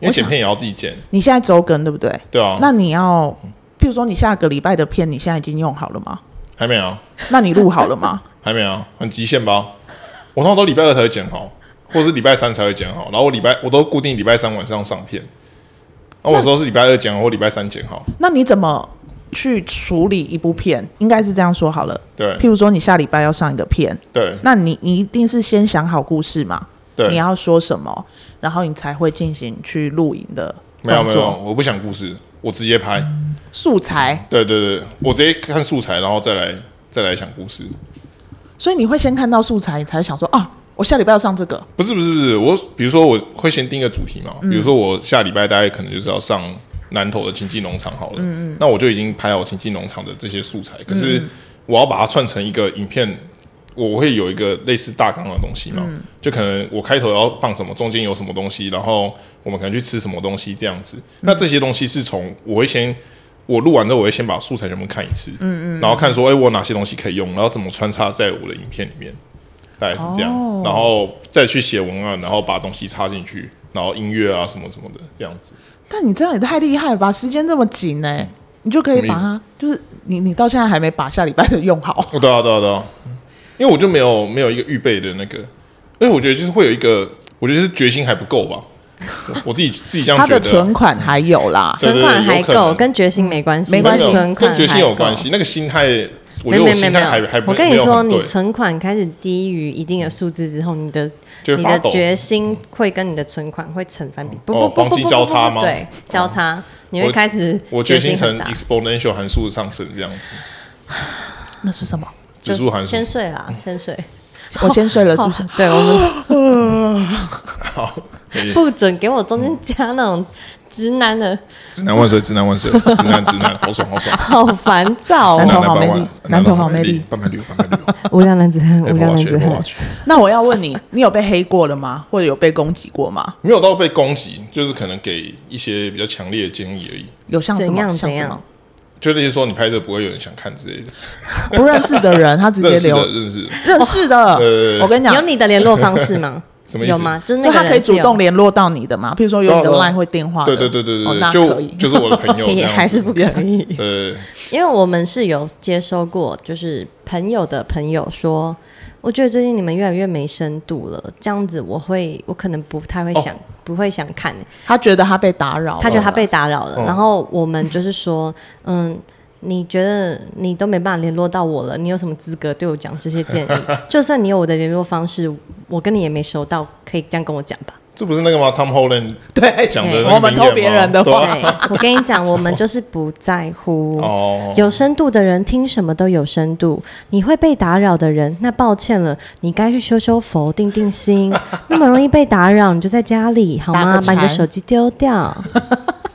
[SPEAKER 4] 因为剪片也要自己剪，
[SPEAKER 2] 你现在周更对不对？
[SPEAKER 4] 对啊，
[SPEAKER 2] 那你要，譬如说你下个礼拜的片，你现在已经用好了吗？
[SPEAKER 4] 还没啊，
[SPEAKER 2] 那你录好了 吗？
[SPEAKER 4] 还没啊，很极限吧？我通常都礼拜二才会剪好，或者是礼拜三才会剪好，然后我礼拜我都固定礼拜三晚上上片。然后我说是礼拜二剪好，或礼拜三剪好，
[SPEAKER 2] 那你怎么去处理一部片？应该是这样说好了。
[SPEAKER 4] 对
[SPEAKER 2] 譬如说你下礼拜要上一个片，
[SPEAKER 4] 对
[SPEAKER 2] 那你你一定是先想好故事嘛？你
[SPEAKER 4] 对，
[SPEAKER 2] 要说什么，然后你才会进行去录影的
[SPEAKER 4] 没有没
[SPEAKER 2] 动
[SPEAKER 4] 有，
[SPEAKER 2] 作
[SPEAKER 4] 我不想故事，我直接拍，
[SPEAKER 2] 素材。
[SPEAKER 4] 对对对，我直接看素材，然后再来再来想故事。
[SPEAKER 2] 所以你会先看到素材，你才想说啊，我下礼拜要上这个。
[SPEAKER 4] 不是不是不是，我比如说我会先定个主题嘛，比如说我下礼拜大概可能就是要上南投的亲近农场好了，那我就已经拍好亲近农场的这些素材，可是我要把它串成一个影片，我会有一个类似大纲的东西嘛，就可能我开头要放什么，中间有什么东西，然后我们可能去吃什么东西这样子。那这些东西是从我会先。我录完之后，我会先把素材全部看一次，嗯嗯，然后看说，哎、我有哪些东西可以用，然后怎么穿插在我的影片里面。大概是这样，
[SPEAKER 2] 哦
[SPEAKER 4] 然后再去写文案，然后把东西插进去，然后音乐啊什么什么的这样子。
[SPEAKER 2] 但你这样也太厉害了吧！时间这么紧呢、你就可以把它，就是你你到现在还没把下礼拜的用好。
[SPEAKER 4] 哦，对啊，对啊，对啊，因为我就没有没有一个预备的那个，因为我觉得就是会有一个，我觉得是决心还不够吧，我自己 自己这样
[SPEAKER 2] 他
[SPEAKER 4] 觉
[SPEAKER 2] 的
[SPEAKER 4] 得。啊
[SPEAKER 2] 存款还有啦，
[SPEAKER 4] 对
[SPEAKER 3] 存款还
[SPEAKER 4] 有可
[SPEAKER 3] 够，
[SPEAKER 4] 能
[SPEAKER 3] 跟决心没关系，
[SPEAKER 2] 没关
[SPEAKER 4] 真
[SPEAKER 2] 系
[SPEAKER 3] 是
[SPEAKER 4] 的
[SPEAKER 3] 存款
[SPEAKER 4] 跟决心
[SPEAKER 3] 还
[SPEAKER 4] 有
[SPEAKER 3] 够
[SPEAKER 4] 关系。。那个心态，我
[SPEAKER 3] 没没
[SPEAKER 4] 觉得我
[SPEAKER 3] 没
[SPEAKER 4] 心
[SPEAKER 3] 没
[SPEAKER 4] 态还还
[SPEAKER 3] 有，
[SPEAKER 4] 不
[SPEAKER 3] 我跟你
[SPEAKER 4] 没有
[SPEAKER 3] 说，
[SPEAKER 4] 很
[SPEAKER 3] 你
[SPEAKER 4] 对
[SPEAKER 3] 存款开始低于一定的数字之后，你的
[SPEAKER 4] 就会
[SPEAKER 3] 你
[SPEAKER 4] 发
[SPEAKER 3] 的
[SPEAKER 4] 抖。
[SPEAKER 3] 决心会跟你的存款会成反比，不
[SPEAKER 4] 哦
[SPEAKER 3] 不不
[SPEAKER 4] 黄
[SPEAKER 3] 不
[SPEAKER 4] 金
[SPEAKER 3] 不
[SPEAKER 4] 交
[SPEAKER 3] 不
[SPEAKER 4] 叉
[SPEAKER 3] 不不，
[SPEAKER 4] 吗哦
[SPEAKER 3] 对，交叉，你会开始
[SPEAKER 4] 我
[SPEAKER 3] 决
[SPEAKER 4] 决心
[SPEAKER 3] 很
[SPEAKER 4] 成
[SPEAKER 3] 大，
[SPEAKER 4] exponential 函数上升这样子，
[SPEAKER 2] 那是什么？
[SPEAKER 4] 指数函数
[SPEAKER 3] 先睡 啦，先睡，
[SPEAKER 2] 我先睡了，是不是？
[SPEAKER 3] 对我们
[SPEAKER 4] 好，可以
[SPEAKER 3] 不准给我中间加那种直男的，
[SPEAKER 4] 直男万岁，直男万岁，直男直男，好爽好爽。
[SPEAKER 3] 好烦躁
[SPEAKER 4] 直
[SPEAKER 2] 男 头
[SPEAKER 3] 哦，
[SPEAKER 4] 来
[SPEAKER 2] 好
[SPEAKER 4] 八
[SPEAKER 2] 魅
[SPEAKER 4] 万
[SPEAKER 2] 力
[SPEAKER 4] 男
[SPEAKER 2] 男头好
[SPEAKER 4] 魅
[SPEAKER 2] 魅力
[SPEAKER 4] 半百六，半百六，
[SPEAKER 3] 无聊男子汉，无
[SPEAKER 4] 哎
[SPEAKER 3] 聊
[SPEAKER 4] 我
[SPEAKER 3] 男
[SPEAKER 4] 去，
[SPEAKER 3] 子汉
[SPEAKER 4] 我。去，
[SPEAKER 2] 那我要问你，你有被黑过了吗？或者有被攻击过吗？
[SPEAKER 4] 没有到被攻击，就是可能给一些比较强烈的建议而已。
[SPEAKER 2] 有像什么
[SPEAKER 3] 怎样
[SPEAKER 2] 像
[SPEAKER 3] 怎
[SPEAKER 2] 什
[SPEAKER 3] 样
[SPEAKER 2] 么？
[SPEAKER 4] 就那些说你拍这不会有人想看之类的，
[SPEAKER 2] 不认识的人，他直
[SPEAKER 4] 认
[SPEAKER 2] 接
[SPEAKER 4] 识
[SPEAKER 2] 留
[SPEAKER 4] 的 认识的，
[SPEAKER 2] 认识的
[SPEAKER 4] 对对对。
[SPEAKER 2] 我跟你讲
[SPEAKER 3] 有，你的联络方式吗？
[SPEAKER 4] 什么意思
[SPEAKER 3] 有吗？就是
[SPEAKER 2] 就
[SPEAKER 3] 那个
[SPEAKER 2] 他
[SPEAKER 3] 人
[SPEAKER 2] 可以
[SPEAKER 3] 是
[SPEAKER 2] 主
[SPEAKER 3] 有
[SPEAKER 2] 动联络到你的嘛？譬如说有你的
[SPEAKER 4] 对啊对啊
[SPEAKER 2] line 会电话的，
[SPEAKER 4] 对对对对
[SPEAKER 2] 哦
[SPEAKER 4] 对
[SPEAKER 2] 那
[SPEAKER 4] 对，
[SPEAKER 2] 可以
[SPEAKER 4] 就就是我的朋友这
[SPEAKER 3] 也
[SPEAKER 4] 样子，
[SPEAKER 3] 还是 不可以，
[SPEAKER 4] 呃，
[SPEAKER 3] 因为我们是有接收过，就是朋友的朋友说，我觉得最近你们越来越没深度了，这样子我会，我可能不太
[SPEAKER 4] 哦
[SPEAKER 3] 会想，不会想看、
[SPEAKER 2] 他觉得他被打扰了，
[SPEAKER 3] 他觉得他被打扰了，
[SPEAKER 4] 嗯
[SPEAKER 3] 然后我们就是说， 嗯。你觉得你都没办法联络到我了，你有什么资格对我讲这些 建议？就算你有我的联络方式，我跟你也没收到，可以这样跟我讲吧？
[SPEAKER 4] 这不是那个吗？Tom Holland
[SPEAKER 2] 对
[SPEAKER 4] 讲的那个
[SPEAKER 2] 我们
[SPEAKER 4] 名言
[SPEAKER 2] 偷
[SPEAKER 4] 吗
[SPEAKER 2] 别人的
[SPEAKER 4] 对
[SPEAKER 2] 话
[SPEAKER 4] 啊，
[SPEAKER 3] 对，我跟你讲，我们就是不在 乎。
[SPEAKER 4] 哦，
[SPEAKER 3] 有深度的人听什么都有深度，你会被打扰的人，那抱歉了，你该去修修佛、定定 心。那么容易被打扰，你就在家里好
[SPEAKER 2] 打
[SPEAKER 3] 吗
[SPEAKER 2] 个？
[SPEAKER 3] 把你的
[SPEAKER 2] 禅
[SPEAKER 3] 手机丢掉。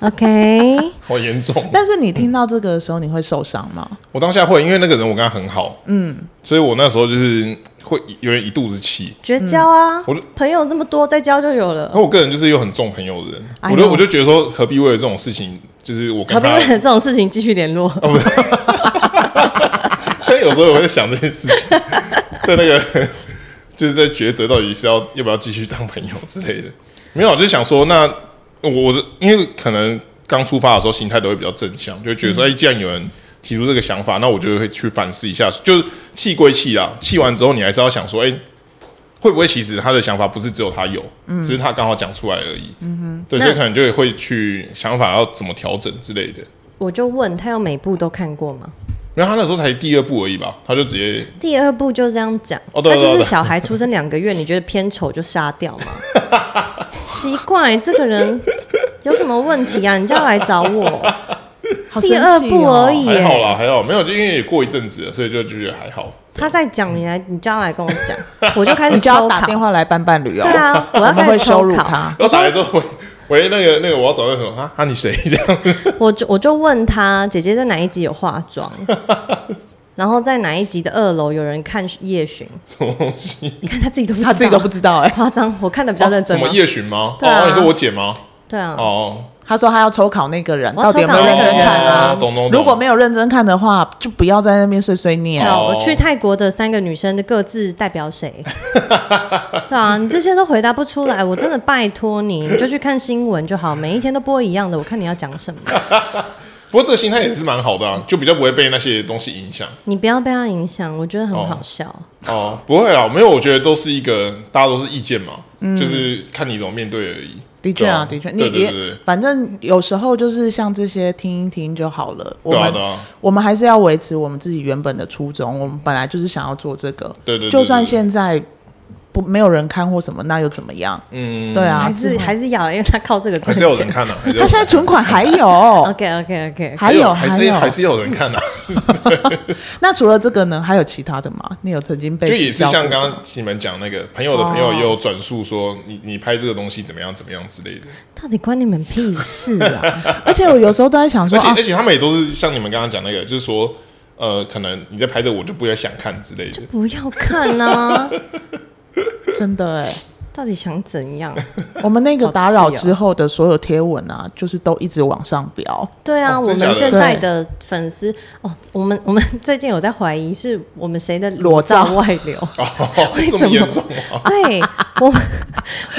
[SPEAKER 3] OK，
[SPEAKER 4] 好严重。
[SPEAKER 2] 但是你听到这个的时候，你会受伤吗？
[SPEAKER 4] 我当下会，因为那个人我跟他很好，嗯，所以我那时候就是会有点一肚子气。
[SPEAKER 3] 绝交啊！
[SPEAKER 4] 我就
[SPEAKER 3] 朋友那么多，再交就有了
[SPEAKER 4] 然。后我个人就是又很重朋友的人，
[SPEAKER 3] 哎
[SPEAKER 4] 我
[SPEAKER 3] 呦
[SPEAKER 4] 就我就觉得说，何必为了这种事情，就是哦我跟
[SPEAKER 3] 何必
[SPEAKER 4] 他
[SPEAKER 3] 为了，这种事情继续联 络？
[SPEAKER 4] 现在有时候我会想这件事情， 在那个就是在抉择到底是要要不要继续当朋友之类的。没有，我就是想说，那我我的因为可能刚出发的时候心态都会比较正向，就觉得说，哎、既然有人提出这个想法，那我就会去反思一下。就是气归气啦，气完之后你还是要想说，哎、会不会其实他的想法不是只有他有，只是他刚好讲出来而已。嗯哼，对，所以可能就会去想法要怎么调整之类的。
[SPEAKER 3] 我就问他有每部都看过吗？
[SPEAKER 4] 因为他那时候才第二步而已吧，他就直接
[SPEAKER 3] 第二部就这样讲，
[SPEAKER 4] 哦对
[SPEAKER 3] 他
[SPEAKER 4] 对
[SPEAKER 3] 就是
[SPEAKER 4] 对
[SPEAKER 3] 小孩出生两个月，你觉得偏丑就杀掉嘛？ 奇怪，这个人有什么问题啊？你就要来找我。
[SPEAKER 2] 好
[SPEAKER 3] 第二步而
[SPEAKER 2] 哎
[SPEAKER 3] 已
[SPEAKER 4] 还
[SPEAKER 3] 耶，
[SPEAKER 4] 好啦，还好，没有，就因为也过一阵子了，所以就就觉得还好。
[SPEAKER 3] 他在讲你来，你就要来跟我 讲，我就开始
[SPEAKER 2] 你就
[SPEAKER 3] 抽
[SPEAKER 2] 要打
[SPEAKER 3] 卡。
[SPEAKER 2] 电话来办伴侣哦。
[SPEAKER 3] 对啊，我
[SPEAKER 2] 我
[SPEAKER 3] 要
[SPEAKER 2] 们
[SPEAKER 3] 开
[SPEAKER 2] 会
[SPEAKER 3] 始
[SPEAKER 2] 羞
[SPEAKER 3] 抽
[SPEAKER 2] 辱
[SPEAKER 3] 考。
[SPEAKER 2] 他。
[SPEAKER 4] 然后打来说，喂喂，那个那个，我要找那个什么啊啊，你谁这样子？
[SPEAKER 3] 我就我就问他姐姐在哪一集有化 妆，然后在哪一集的二楼有人看夜巡，
[SPEAKER 4] 什么东西？
[SPEAKER 3] 你看他自己都不知道
[SPEAKER 2] 他自己都不知道哎、哦
[SPEAKER 3] 夸张，我看的比较认
[SPEAKER 4] 什
[SPEAKER 3] 真、
[SPEAKER 4] 么
[SPEAKER 3] 啊。
[SPEAKER 4] 夜巡吗？
[SPEAKER 3] 对啊
[SPEAKER 4] 哦，你说我姐吗？
[SPEAKER 3] 对啊，
[SPEAKER 4] 哦，
[SPEAKER 2] 他说他要抽考那个人，
[SPEAKER 3] 我
[SPEAKER 2] 到
[SPEAKER 3] 要
[SPEAKER 2] 底有没有认真看
[SPEAKER 4] 抽考那个
[SPEAKER 2] 啊
[SPEAKER 4] 人？懂懂懂
[SPEAKER 2] 如果没有认真看的话，就不要在那边碎碎念
[SPEAKER 3] 对。啊，
[SPEAKER 4] 哦
[SPEAKER 3] 我去泰国的三个女生的各自代表 谁？对啊，你这些都回答不出来，我真的拜托你，你就去看新闻就好，每一天都播一样的，我看你要讲什么，
[SPEAKER 4] 不过这个心态也是蛮好的啊，就比较不会被那些东西影响。
[SPEAKER 3] 你不要被他影响，我觉得很好笑。
[SPEAKER 4] 哦，不会啦，没有，我觉得都是一个大家都是意见嘛，
[SPEAKER 2] 嗯
[SPEAKER 4] 就是看你怎么面对而已。
[SPEAKER 2] 的确啊，的
[SPEAKER 4] 对
[SPEAKER 2] 确，你
[SPEAKER 4] 对对
[SPEAKER 2] 也
[SPEAKER 4] 对对。
[SPEAKER 2] 反正有时候就是像这些听一听就好了。我
[SPEAKER 4] 对啊
[SPEAKER 2] 们
[SPEAKER 4] 对啊，
[SPEAKER 2] 我们还是要维持我们自己原本的初衷，我们本来就是想要做这个。
[SPEAKER 4] 对对对
[SPEAKER 2] 就算
[SPEAKER 4] 对对
[SPEAKER 2] 现在不没有人看或什么，那又怎么样？
[SPEAKER 4] 嗯，
[SPEAKER 2] 对啊，
[SPEAKER 3] 还是还是要了，因为他靠这个
[SPEAKER 4] 还
[SPEAKER 3] 挣
[SPEAKER 4] 是要有人
[SPEAKER 3] 钱。
[SPEAKER 4] 看的，还是要有
[SPEAKER 2] 他
[SPEAKER 4] 人
[SPEAKER 2] 现在存款还 有，
[SPEAKER 3] OK OK OK，
[SPEAKER 2] 还有
[SPEAKER 4] 还
[SPEAKER 2] 还
[SPEAKER 4] 是
[SPEAKER 2] 有。
[SPEAKER 4] 还是要有 人看的，啊
[SPEAKER 2] 那除了这个呢，还有其他的吗？你有曾经被
[SPEAKER 4] 就也
[SPEAKER 2] 取
[SPEAKER 4] 是
[SPEAKER 2] 消
[SPEAKER 4] 像
[SPEAKER 2] 过
[SPEAKER 4] 刚
[SPEAKER 2] 什么
[SPEAKER 4] 刚你们讲那个朋友的朋
[SPEAKER 2] 哦
[SPEAKER 4] 友也有转述说，你你拍这个东西怎么样怎么样之类的。
[SPEAKER 3] 到底关你们屁事 啊？
[SPEAKER 2] 而且我有时候都在想 说
[SPEAKER 4] 而且、
[SPEAKER 2] 啊
[SPEAKER 4] 而，且他们也都是像你们刚刚讲那个，就是说，呃，可能你在拍的我就不会想看之 类的。
[SPEAKER 3] 不要看啊！
[SPEAKER 2] 真的哎、
[SPEAKER 3] 到底想怎样？
[SPEAKER 2] 我们那个
[SPEAKER 3] 好
[SPEAKER 2] 打
[SPEAKER 3] 气
[SPEAKER 2] 扰
[SPEAKER 3] 哦
[SPEAKER 2] 之后的所有贴文啊，就是都一直往上飙。
[SPEAKER 3] 对啊，
[SPEAKER 4] 哦
[SPEAKER 3] 我
[SPEAKER 4] 真假
[SPEAKER 3] 们
[SPEAKER 4] 的
[SPEAKER 3] 现在的粉丝哦，我们我们最近有在怀疑是我们谁的
[SPEAKER 2] 裸照
[SPEAKER 3] 照外流。
[SPEAKER 4] 哦，
[SPEAKER 3] 为
[SPEAKER 4] 这
[SPEAKER 3] 什么
[SPEAKER 4] 么严重啊？
[SPEAKER 3] 对我 们，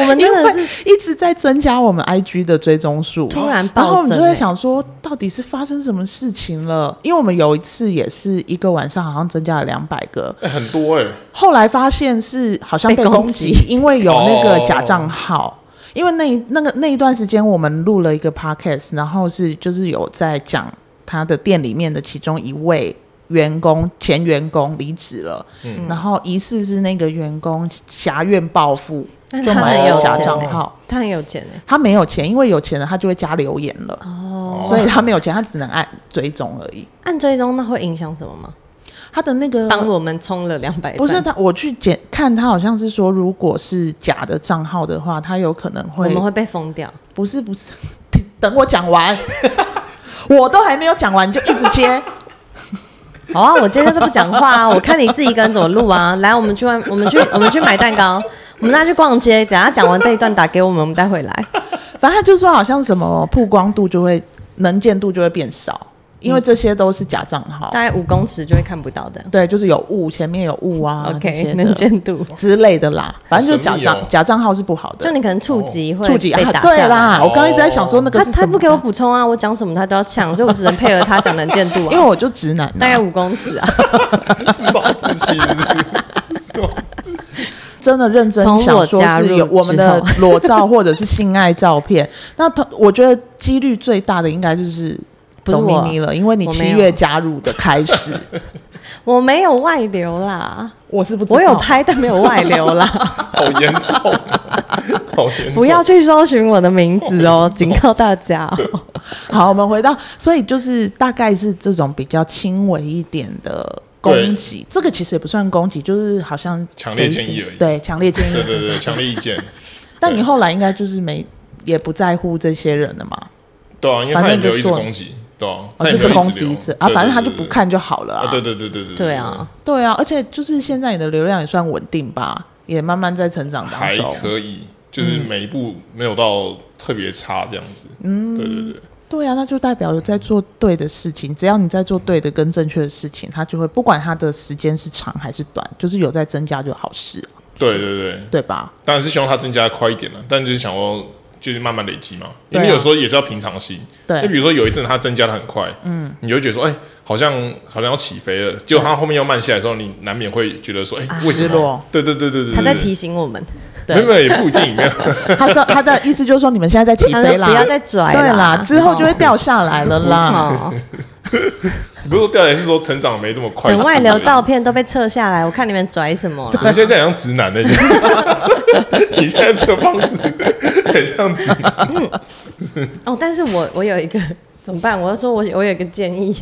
[SPEAKER 3] 我们
[SPEAKER 2] 因
[SPEAKER 3] 真的
[SPEAKER 2] 为
[SPEAKER 3] 是
[SPEAKER 2] 一直在增加我们 IG 的追踪数，
[SPEAKER 3] 突然暴增
[SPEAKER 2] 然后我们就
[SPEAKER 3] 欸
[SPEAKER 2] 在想说，到底是发生什么事情了？因为我们有一次也是一个晚上，好像增加了两百个，
[SPEAKER 4] 哎很多哎、
[SPEAKER 2] 后来发现是好像被
[SPEAKER 3] 被攻哦
[SPEAKER 2] 攻击，因为有那个假账号。因为那一那个那一段时间，我们录了一个 podcast，然后是就是有在讲他的店里面的其中一位员工前员工离职了，
[SPEAKER 3] 嗯
[SPEAKER 2] 然后疑似是那个员工侠怨报复，
[SPEAKER 3] 但
[SPEAKER 2] 就
[SPEAKER 3] 他
[SPEAKER 2] 买
[SPEAKER 3] 很
[SPEAKER 2] 了
[SPEAKER 3] 有
[SPEAKER 2] 假
[SPEAKER 3] 钱
[SPEAKER 2] 账
[SPEAKER 3] 欸
[SPEAKER 2] 号。
[SPEAKER 3] 他很有钱哎，
[SPEAKER 2] 他没有钱，因为有钱人他就会加留言了，
[SPEAKER 3] 哦，
[SPEAKER 2] 所以他没有钱，他只能按追踪而已。
[SPEAKER 3] 按追踪那会影响什么吗？
[SPEAKER 2] 他的那个
[SPEAKER 3] 帮我们充了两百，
[SPEAKER 2] 不是他，我去检看他好像是说，如果是假的账号的话，他有可能
[SPEAKER 3] 我
[SPEAKER 2] 会
[SPEAKER 3] 们会被封掉。
[SPEAKER 2] 不是不是， 等我讲完，我都还没有讲完你就一直 接，
[SPEAKER 3] 好啊，我今天就不讲话啊，我看你自己一个人怎么录啊。来，我们去外，我们去，我们去买蛋糕，我们大家去逛街。等下讲完这一段打给我们，我们再回 来。
[SPEAKER 2] 反正他就说好像什么曝光度就会能见度就会变少，因为这些都是假账号。
[SPEAKER 3] 大概五公尺就会看不到这样。
[SPEAKER 2] 对，就是有雾，前面有雾啊这
[SPEAKER 3] OK，
[SPEAKER 2] 些
[SPEAKER 3] 能
[SPEAKER 2] 的
[SPEAKER 3] 见 度，
[SPEAKER 2] 之类的啦，反正就假
[SPEAKER 4] 好神秘哦
[SPEAKER 2] 账、假账号是不好的，
[SPEAKER 3] 就你可能触及会
[SPEAKER 2] 触及
[SPEAKER 3] 被
[SPEAKER 2] 啊，
[SPEAKER 3] 打
[SPEAKER 2] 对
[SPEAKER 3] 下
[SPEAKER 2] 啦，
[SPEAKER 3] 来。
[SPEAKER 2] 我刚刚一直在想说那个
[SPEAKER 3] 他
[SPEAKER 2] 是什
[SPEAKER 3] 他
[SPEAKER 2] 么
[SPEAKER 3] 不给我，补充啊，我讲什么他都要呛，所以我只能配合他讲能见度啊。
[SPEAKER 2] 因为我就直男啊、
[SPEAKER 3] 大概五公尺 啊，
[SPEAKER 4] 自暴自弃是不是
[SPEAKER 2] 真的认真
[SPEAKER 3] 从
[SPEAKER 2] 想
[SPEAKER 3] 我
[SPEAKER 2] 说
[SPEAKER 3] 加入
[SPEAKER 2] 是有我们
[SPEAKER 3] 之后
[SPEAKER 2] 的裸照或者是性爱照 片，那他我觉得几率最大的应该就是。
[SPEAKER 3] 不是
[SPEAKER 2] 董咪
[SPEAKER 3] 我
[SPEAKER 2] 咪了，因为你
[SPEAKER 3] 我没
[SPEAKER 2] 七
[SPEAKER 3] 有
[SPEAKER 2] 月加入的开 始，
[SPEAKER 3] 我没有外流啦，
[SPEAKER 2] 我是不知道，
[SPEAKER 3] 我有，拍但没有外流 啦，
[SPEAKER 4] 好严重啊，好严重！
[SPEAKER 3] 不要去搜寻我的名字哦，警告大家哦、
[SPEAKER 2] 好，我们回到，所以就是大概是这种比较轻微一点的攻
[SPEAKER 4] 对
[SPEAKER 2] 击，这个其实也不算攻击，就是好像
[SPEAKER 4] 强烈
[SPEAKER 2] 给一
[SPEAKER 4] 建议
[SPEAKER 2] 些
[SPEAKER 4] 而已
[SPEAKER 2] 对，强烈建
[SPEAKER 4] 对
[SPEAKER 2] 议。
[SPEAKER 4] 对对，强烈意见。
[SPEAKER 2] 但你
[SPEAKER 4] 对
[SPEAKER 2] 后来应该就是没也不在乎这些人了嘛，
[SPEAKER 4] 对啊，因为
[SPEAKER 2] 反
[SPEAKER 4] 他也
[SPEAKER 2] 正
[SPEAKER 4] 没有
[SPEAKER 2] 就
[SPEAKER 4] 一直
[SPEAKER 2] 做
[SPEAKER 4] 攻击，对啊，
[SPEAKER 2] 哦，
[SPEAKER 4] 他也
[SPEAKER 2] 就
[SPEAKER 4] 没有
[SPEAKER 2] 是
[SPEAKER 4] 一
[SPEAKER 2] 攻
[SPEAKER 4] 直
[SPEAKER 2] 击一
[SPEAKER 4] 留
[SPEAKER 2] 次啊，
[SPEAKER 4] 对
[SPEAKER 2] 反正他
[SPEAKER 4] 对
[SPEAKER 2] 就
[SPEAKER 4] 对
[SPEAKER 2] 不看就好了
[SPEAKER 4] 啊，
[SPEAKER 2] 啊。
[SPEAKER 4] 对对对对对
[SPEAKER 3] 对啊，
[SPEAKER 2] 对啊，而且就是现在你的流量也算稳定吧，也慢慢在成长当
[SPEAKER 4] 还
[SPEAKER 2] 中。
[SPEAKER 4] 可以，
[SPEAKER 2] 嗯
[SPEAKER 4] 就是每一步没有到特别差这样子，嗯，对对对，
[SPEAKER 2] 对啊，那就代表有在做对的事情。只要你在做对的跟正确的事情，它就会不管它的时间是长还是短，就是有在增加就好事啊，
[SPEAKER 4] 对对对，
[SPEAKER 2] 对吧？
[SPEAKER 4] 当然是希望它增加快一点了，但就是想要就是慢慢累积嘛，因为
[SPEAKER 2] 对啊
[SPEAKER 4] 有时候也是要平常心。
[SPEAKER 2] 对
[SPEAKER 4] 就比如说有一阵它增加的很快，嗯，你就会觉得说，哎、好像好像要起飞了，结果它后面要慢下来的时候，你难免会觉得说，哎、为什
[SPEAKER 2] 失落
[SPEAKER 4] 么？对对对对对，
[SPEAKER 3] 他在
[SPEAKER 4] 对
[SPEAKER 3] 提，醒我们，
[SPEAKER 4] 对没有没有也不一定，没有，
[SPEAKER 2] 他说他的意思就是说你们现在在起
[SPEAKER 3] 他
[SPEAKER 2] 飞
[SPEAKER 3] 说
[SPEAKER 2] 啦，
[SPEAKER 3] 不要再拽
[SPEAKER 2] 对啦，
[SPEAKER 3] 啦，
[SPEAKER 2] 之后就会掉下来了啦。
[SPEAKER 3] 哦，
[SPEAKER 4] 只不过掉下来是说成长没这么快。
[SPEAKER 3] 等外流照
[SPEAKER 4] 照，
[SPEAKER 3] 片都被撤下来，我看你们拽什么
[SPEAKER 4] 你
[SPEAKER 3] 啦？
[SPEAKER 4] 现在这样很像直男的， 你现在这个方式很像直男。
[SPEAKER 3] 哦，但是我我有一个 怎么办？我要说我我有一个建议，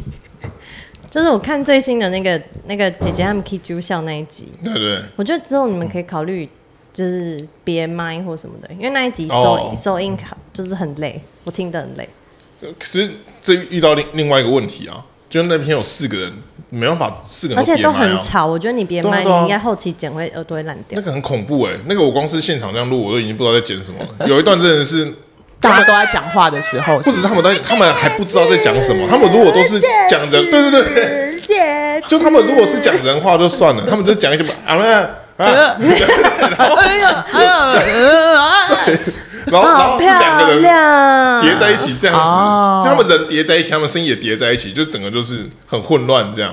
[SPEAKER 3] 就是我看最新的那个那个姐姐他们 K J 笑那一集，
[SPEAKER 4] 对对，
[SPEAKER 3] 我觉得之后你们可以考虑就是别麦或什么的，因为那一集收、
[SPEAKER 4] 哦
[SPEAKER 3] 收音卡就是很累，我听得很累。
[SPEAKER 4] 可是这遇到另另外一个问题啊，就是那篇有四个人，没办法，四个人
[SPEAKER 3] 而且
[SPEAKER 4] 别
[SPEAKER 3] 都
[SPEAKER 4] 麦啊
[SPEAKER 3] 很吵，我觉得你别
[SPEAKER 4] 对啊
[SPEAKER 3] 麦，你
[SPEAKER 4] 对啊
[SPEAKER 3] 应该后期剪会耳朵会烂掉
[SPEAKER 4] 那。个很恐怖哎、那个我光是现场这样录，我都已经不知道在剪什么了。 有一段真的是，
[SPEAKER 2] 大家都在讲话的时候，
[SPEAKER 4] 不只是他们在，他们还不知道在讲什 么。他们如果都是讲人，对对对，就他们如果是讲人话就算了，他们就讲一些啊 啊，啊
[SPEAKER 2] 哎呀哎呀呃啊
[SPEAKER 4] 然后然后
[SPEAKER 3] 好
[SPEAKER 4] 是两
[SPEAKER 3] 漂
[SPEAKER 4] 个人
[SPEAKER 3] 亮，啊
[SPEAKER 4] 叠在一起这样
[SPEAKER 2] 哦
[SPEAKER 4] 子，他们人叠在一起，他们声音也叠在一起，就整个就是很混乱这样。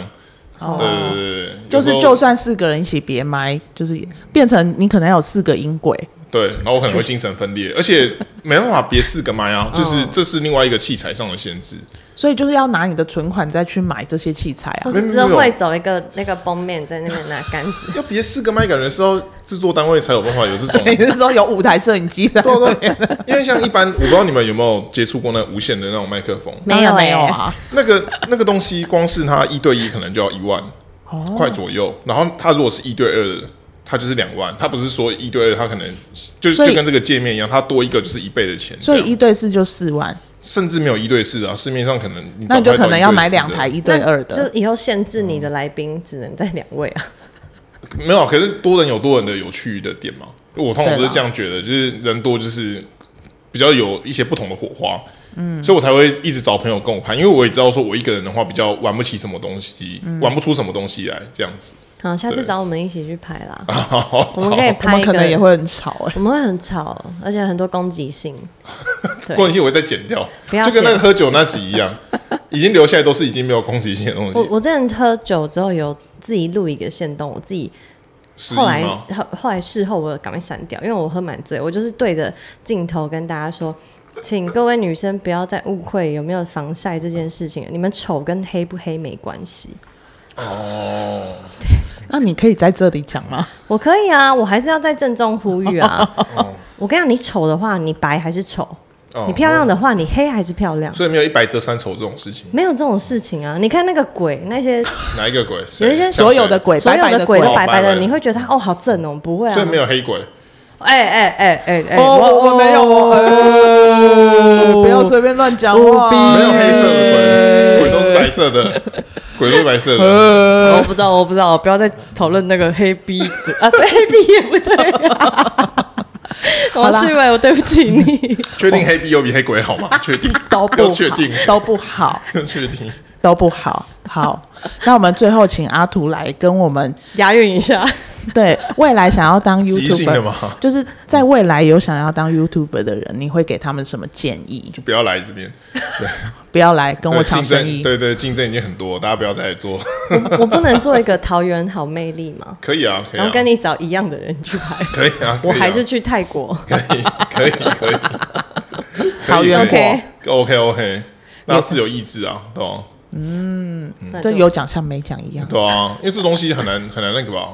[SPEAKER 3] 哦
[SPEAKER 4] 对对对对，
[SPEAKER 2] 就
[SPEAKER 4] 有
[SPEAKER 2] 是
[SPEAKER 4] 时候
[SPEAKER 2] 就算四个人一起别麦，就是变成你可能要有四个音轨，
[SPEAKER 4] 对，然后我可能会精神分裂，而且没办法别四个麦
[SPEAKER 2] 嗯
[SPEAKER 4] 啊，就是这是另外一个器材上的限制。
[SPEAKER 2] 所以就是要拿你的存款再去买这些器材啊
[SPEAKER 3] 或。是之后会走一个那个崩面在那边拿杆子。
[SPEAKER 4] 要别四个麦，感觉是要制作单位才有办法有这种。
[SPEAKER 2] 你 是说有五台摄影机在
[SPEAKER 4] 对
[SPEAKER 2] 那
[SPEAKER 4] 啊
[SPEAKER 2] 边？
[SPEAKER 4] 对啊，因为像一般，我不知道你们有没有接触过那无线的那种麦克风，
[SPEAKER 2] 当
[SPEAKER 3] 没有
[SPEAKER 2] 然 没有
[SPEAKER 3] 欸
[SPEAKER 2] 啊？
[SPEAKER 4] 那个那个东西，光是它一对一可能就要一万
[SPEAKER 2] 哦
[SPEAKER 4] 块左右，然后它如果是一对二的，它就是两万，它不是说一对二，它可能就是
[SPEAKER 2] 所以
[SPEAKER 4] 就跟这个界面一样，它多一个就是一倍的钱，
[SPEAKER 2] 所以
[SPEAKER 4] 这样
[SPEAKER 2] 一对四就四万，
[SPEAKER 4] 甚至没有一对四啊，市面上可能你
[SPEAKER 2] 那你就
[SPEAKER 4] 找不
[SPEAKER 2] 可
[SPEAKER 4] 太到
[SPEAKER 2] 能
[SPEAKER 4] 一对
[SPEAKER 2] 要
[SPEAKER 4] 四
[SPEAKER 2] 买
[SPEAKER 4] 的
[SPEAKER 2] 两台，一对二
[SPEAKER 3] 就
[SPEAKER 2] 的。
[SPEAKER 3] 以后限制你的来宾只能在两位啊。
[SPEAKER 4] 没有，可是多人有多人的有趣的点嘛，我通常
[SPEAKER 2] 对
[SPEAKER 4] 都是
[SPEAKER 2] 啦
[SPEAKER 4] 这样觉得，就是人多就是比较有一些不同的火花，嗯，所以我才会一直找朋友跟我拍，因为我也知道说我一个人的话比较玩不起什么东西，
[SPEAKER 3] 嗯
[SPEAKER 4] 玩不出什么东西来，这样子。
[SPEAKER 3] 好，下次
[SPEAKER 4] 对
[SPEAKER 3] 找我们一起去拍 啦，
[SPEAKER 4] 好，
[SPEAKER 3] 我们可以
[SPEAKER 2] 我
[SPEAKER 3] 拍
[SPEAKER 2] 们
[SPEAKER 3] 一
[SPEAKER 2] 可能也
[SPEAKER 3] 个。
[SPEAKER 2] 会很吵哎、
[SPEAKER 3] 我们会很吵，而且很多攻击性。
[SPEAKER 4] 攻击性我会再剪掉，
[SPEAKER 3] 不要
[SPEAKER 4] 就跟那个
[SPEAKER 3] 剪
[SPEAKER 4] 喝酒那集一样，已经留下来都是已经没有攻击性的东
[SPEAKER 3] 我
[SPEAKER 4] 西。
[SPEAKER 3] 我之前喝酒之后有自己录一个线动，我自己
[SPEAKER 4] 失忆
[SPEAKER 3] 后来
[SPEAKER 4] 吗？
[SPEAKER 3] 后后来事后我有赶快删掉，因为我喝蛮醉，我就是对着镜头跟大 家说，请各位女生不要再误会有没有防晒这件事情，你们丑跟黑不黑没关系。
[SPEAKER 2] 那你可以在这里讲 吗？
[SPEAKER 3] 我可以啊，我还是要在郑重呼 吁啊！我跟你讲，你丑的话，你白还是丑；
[SPEAKER 4] 哦
[SPEAKER 3] 你漂亮的话，你黑还是漂亮。
[SPEAKER 4] 所以没有一白遮三丑这种事情，
[SPEAKER 3] 没有这种事情啊！你看那个鬼，那些
[SPEAKER 4] 哪一个鬼？
[SPEAKER 3] 有一些
[SPEAKER 4] 谁
[SPEAKER 2] 所有的，鬼，
[SPEAKER 3] 所
[SPEAKER 2] 白
[SPEAKER 3] 有
[SPEAKER 2] 白
[SPEAKER 3] 的
[SPEAKER 2] 的
[SPEAKER 3] 鬼
[SPEAKER 2] 鬼。
[SPEAKER 3] 都
[SPEAKER 4] 白
[SPEAKER 3] 白白
[SPEAKER 4] 白
[SPEAKER 3] 的，
[SPEAKER 4] 的
[SPEAKER 3] 你会觉得他哦好正哦，不会
[SPEAKER 4] 像谁
[SPEAKER 3] 啊
[SPEAKER 4] 所以没！有黑鬼。
[SPEAKER 3] 哎哎哎哎哎！
[SPEAKER 2] 哦，我我没有，我呃，不要随便乱讲话。
[SPEAKER 4] 没有黑色的鬼，鬼都是白色的，鬼都是白色的。
[SPEAKER 3] 呃，我不知道，我不知道，不要再讨论那个黑逼的啊，对，黑逼也不对、
[SPEAKER 2] 啦
[SPEAKER 3] 王世伟，我对不起你。
[SPEAKER 4] 确定黑 B 有比黑鬼好吗？确定
[SPEAKER 2] 都不
[SPEAKER 4] 要
[SPEAKER 2] 好
[SPEAKER 4] 确定，
[SPEAKER 2] 都不好，
[SPEAKER 4] 确定。
[SPEAKER 2] 都不好。好，那我们最后请阿图来跟我们
[SPEAKER 3] 押韵一下，
[SPEAKER 2] 对未来想要当
[SPEAKER 4] 即兴的吗
[SPEAKER 2] YouTuber，就是在未来有想要当 YouTuber 的人，你会给他们什么建议？
[SPEAKER 4] 不要来这边，
[SPEAKER 2] 不要来跟我
[SPEAKER 4] 对竞
[SPEAKER 2] 抢生
[SPEAKER 4] 争，
[SPEAKER 2] 意。
[SPEAKER 4] 对对，竞争已经很多，大家不要再做。
[SPEAKER 3] 我不能做一个桃园好魅力吗？
[SPEAKER 4] 可以啊，可以
[SPEAKER 3] 然
[SPEAKER 4] 啊
[SPEAKER 3] 后，跟你找一样的人去拍，
[SPEAKER 4] 可以啊，可以啊
[SPEAKER 3] 我还是去泰国。
[SPEAKER 4] 可以，可以，可以。
[SPEAKER 2] 桃园
[SPEAKER 4] ，OK OK，那是有意志啊，对吧？
[SPEAKER 3] 那
[SPEAKER 2] 这
[SPEAKER 3] 就
[SPEAKER 2] 有奖像没奖一样。
[SPEAKER 4] 对啊，因为这东西很难很难那个吧，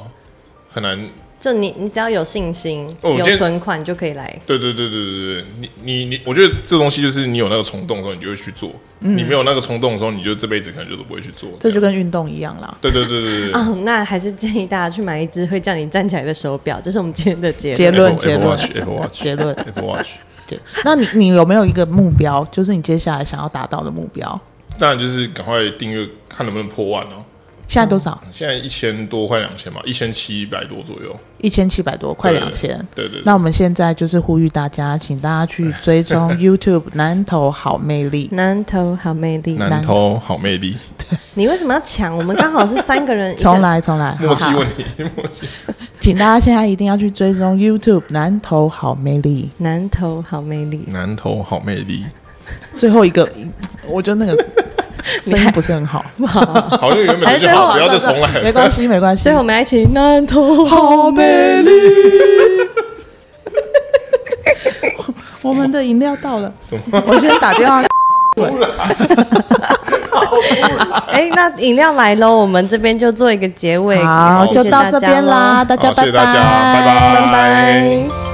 [SPEAKER 4] 很难
[SPEAKER 3] 就你你只要有信心、
[SPEAKER 4] 哦我今
[SPEAKER 3] 有
[SPEAKER 4] 天
[SPEAKER 3] 存款就可以来。
[SPEAKER 4] 对对对对对对，你你你，我觉得这东西就是你有那个冲动的时候，你就会去做；你没有那个冲动的时候，你就这辈子可能就都不会去做。
[SPEAKER 2] 这就跟运动一样啦。
[SPEAKER 4] 对对对对对对，
[SPEAKER 3] 哦，那还是建议大家去买一只会叫你站起来的手表， 这是我们今天的结论。
[SPEAKER 2] 结论
[SPEAKER 4] Apple-
[SPEAKER 2] 结论
[SPEAKER 4] Apple Watch Apple Watch
[SPEAKER 2] 结论
[SPEAKER 4] Apple Watch，
[SPEAKER 2] 对，那你你有没有一个目标，就是你接下来想要达到的目标？
[SPEAKER 4] 当然就是赶快订阅，看能不能破万哦。
[SPEAKER 2] 现在多少？
[SPEAKER 4] 现在一千多，快两千嘛，一千七百多左右，
[SPEAKER 2] 一千七百多，快
[SPEAKER 4] 对
[SPEAKER 2] 两千。
[SPEAKER 4] 对对对
[SPEAKER 2] 那我们现在就是呼吁大家，请大家去追 踪 YouTube 南投好魅力。
[SPEAKER 3] 南头好魅力，
[SPEAKER 4] 南投好魅力，
[SPEAKER 3] 你为什么要抢？我们刚好是三个人，一个
[SPEAKER 2] 重。来，重来，
[SPEAKER 4] 默
[SPEAKER 2] 好，
[SPEAKER 4] 契问题，默契。
[SPEAKER 2] 请大家现在一定要去追踪 YouTube 南投好魅力。
[SPEAKER 3] 南头好魅力，
[SPEAKER 4] 南投好魅 力，
[SPEAKER 2] 最后一个，我觉得那 个声啊音不是很好，
[SPEAKER 4] 好像原
[SPEAKER 3] 还
[SPEAKER 4] 本
[SPEAKER 3] 是
[SPEAKER 4] 就
[SPEAKER 3] 最后
[SPEAKER 4] 好，哦不要再重来
[SPEAKER 2] 没
[SPEAKER 4] 了。
[SPEAKER 2] 关系，没关系。
[SPEAKER 3] 最后我们来一起南头好魅力。
[SPEAKER 2] 我们的饮料到了，
[SPEAKER 4] 什么？
[SPEAKER 2] 我先打电话。
[SPEAKER 3] 哎、那饮料来喽，我们这边就做一个结尾。
[SPEAKER 2] 好，
[SPEAKER 3] 谢
[SPEAKER 2] 就
[SPEAKER 3] 谢
[SPEAKER 2] 到
[SPEAKER 3] 大
[SPEAKER 2] 这
[SPEAKER 3] 家
[SPEAKER 2] 边啦，
[SPEAKER 3] 咯，
[SPEAKER 2] 大家
[SPEAKER 4] 好，谢
[SPEAKER 2] 拜
[SPEAKER 4] 谢大家，拜
[SPEAKER 3] 拜拜。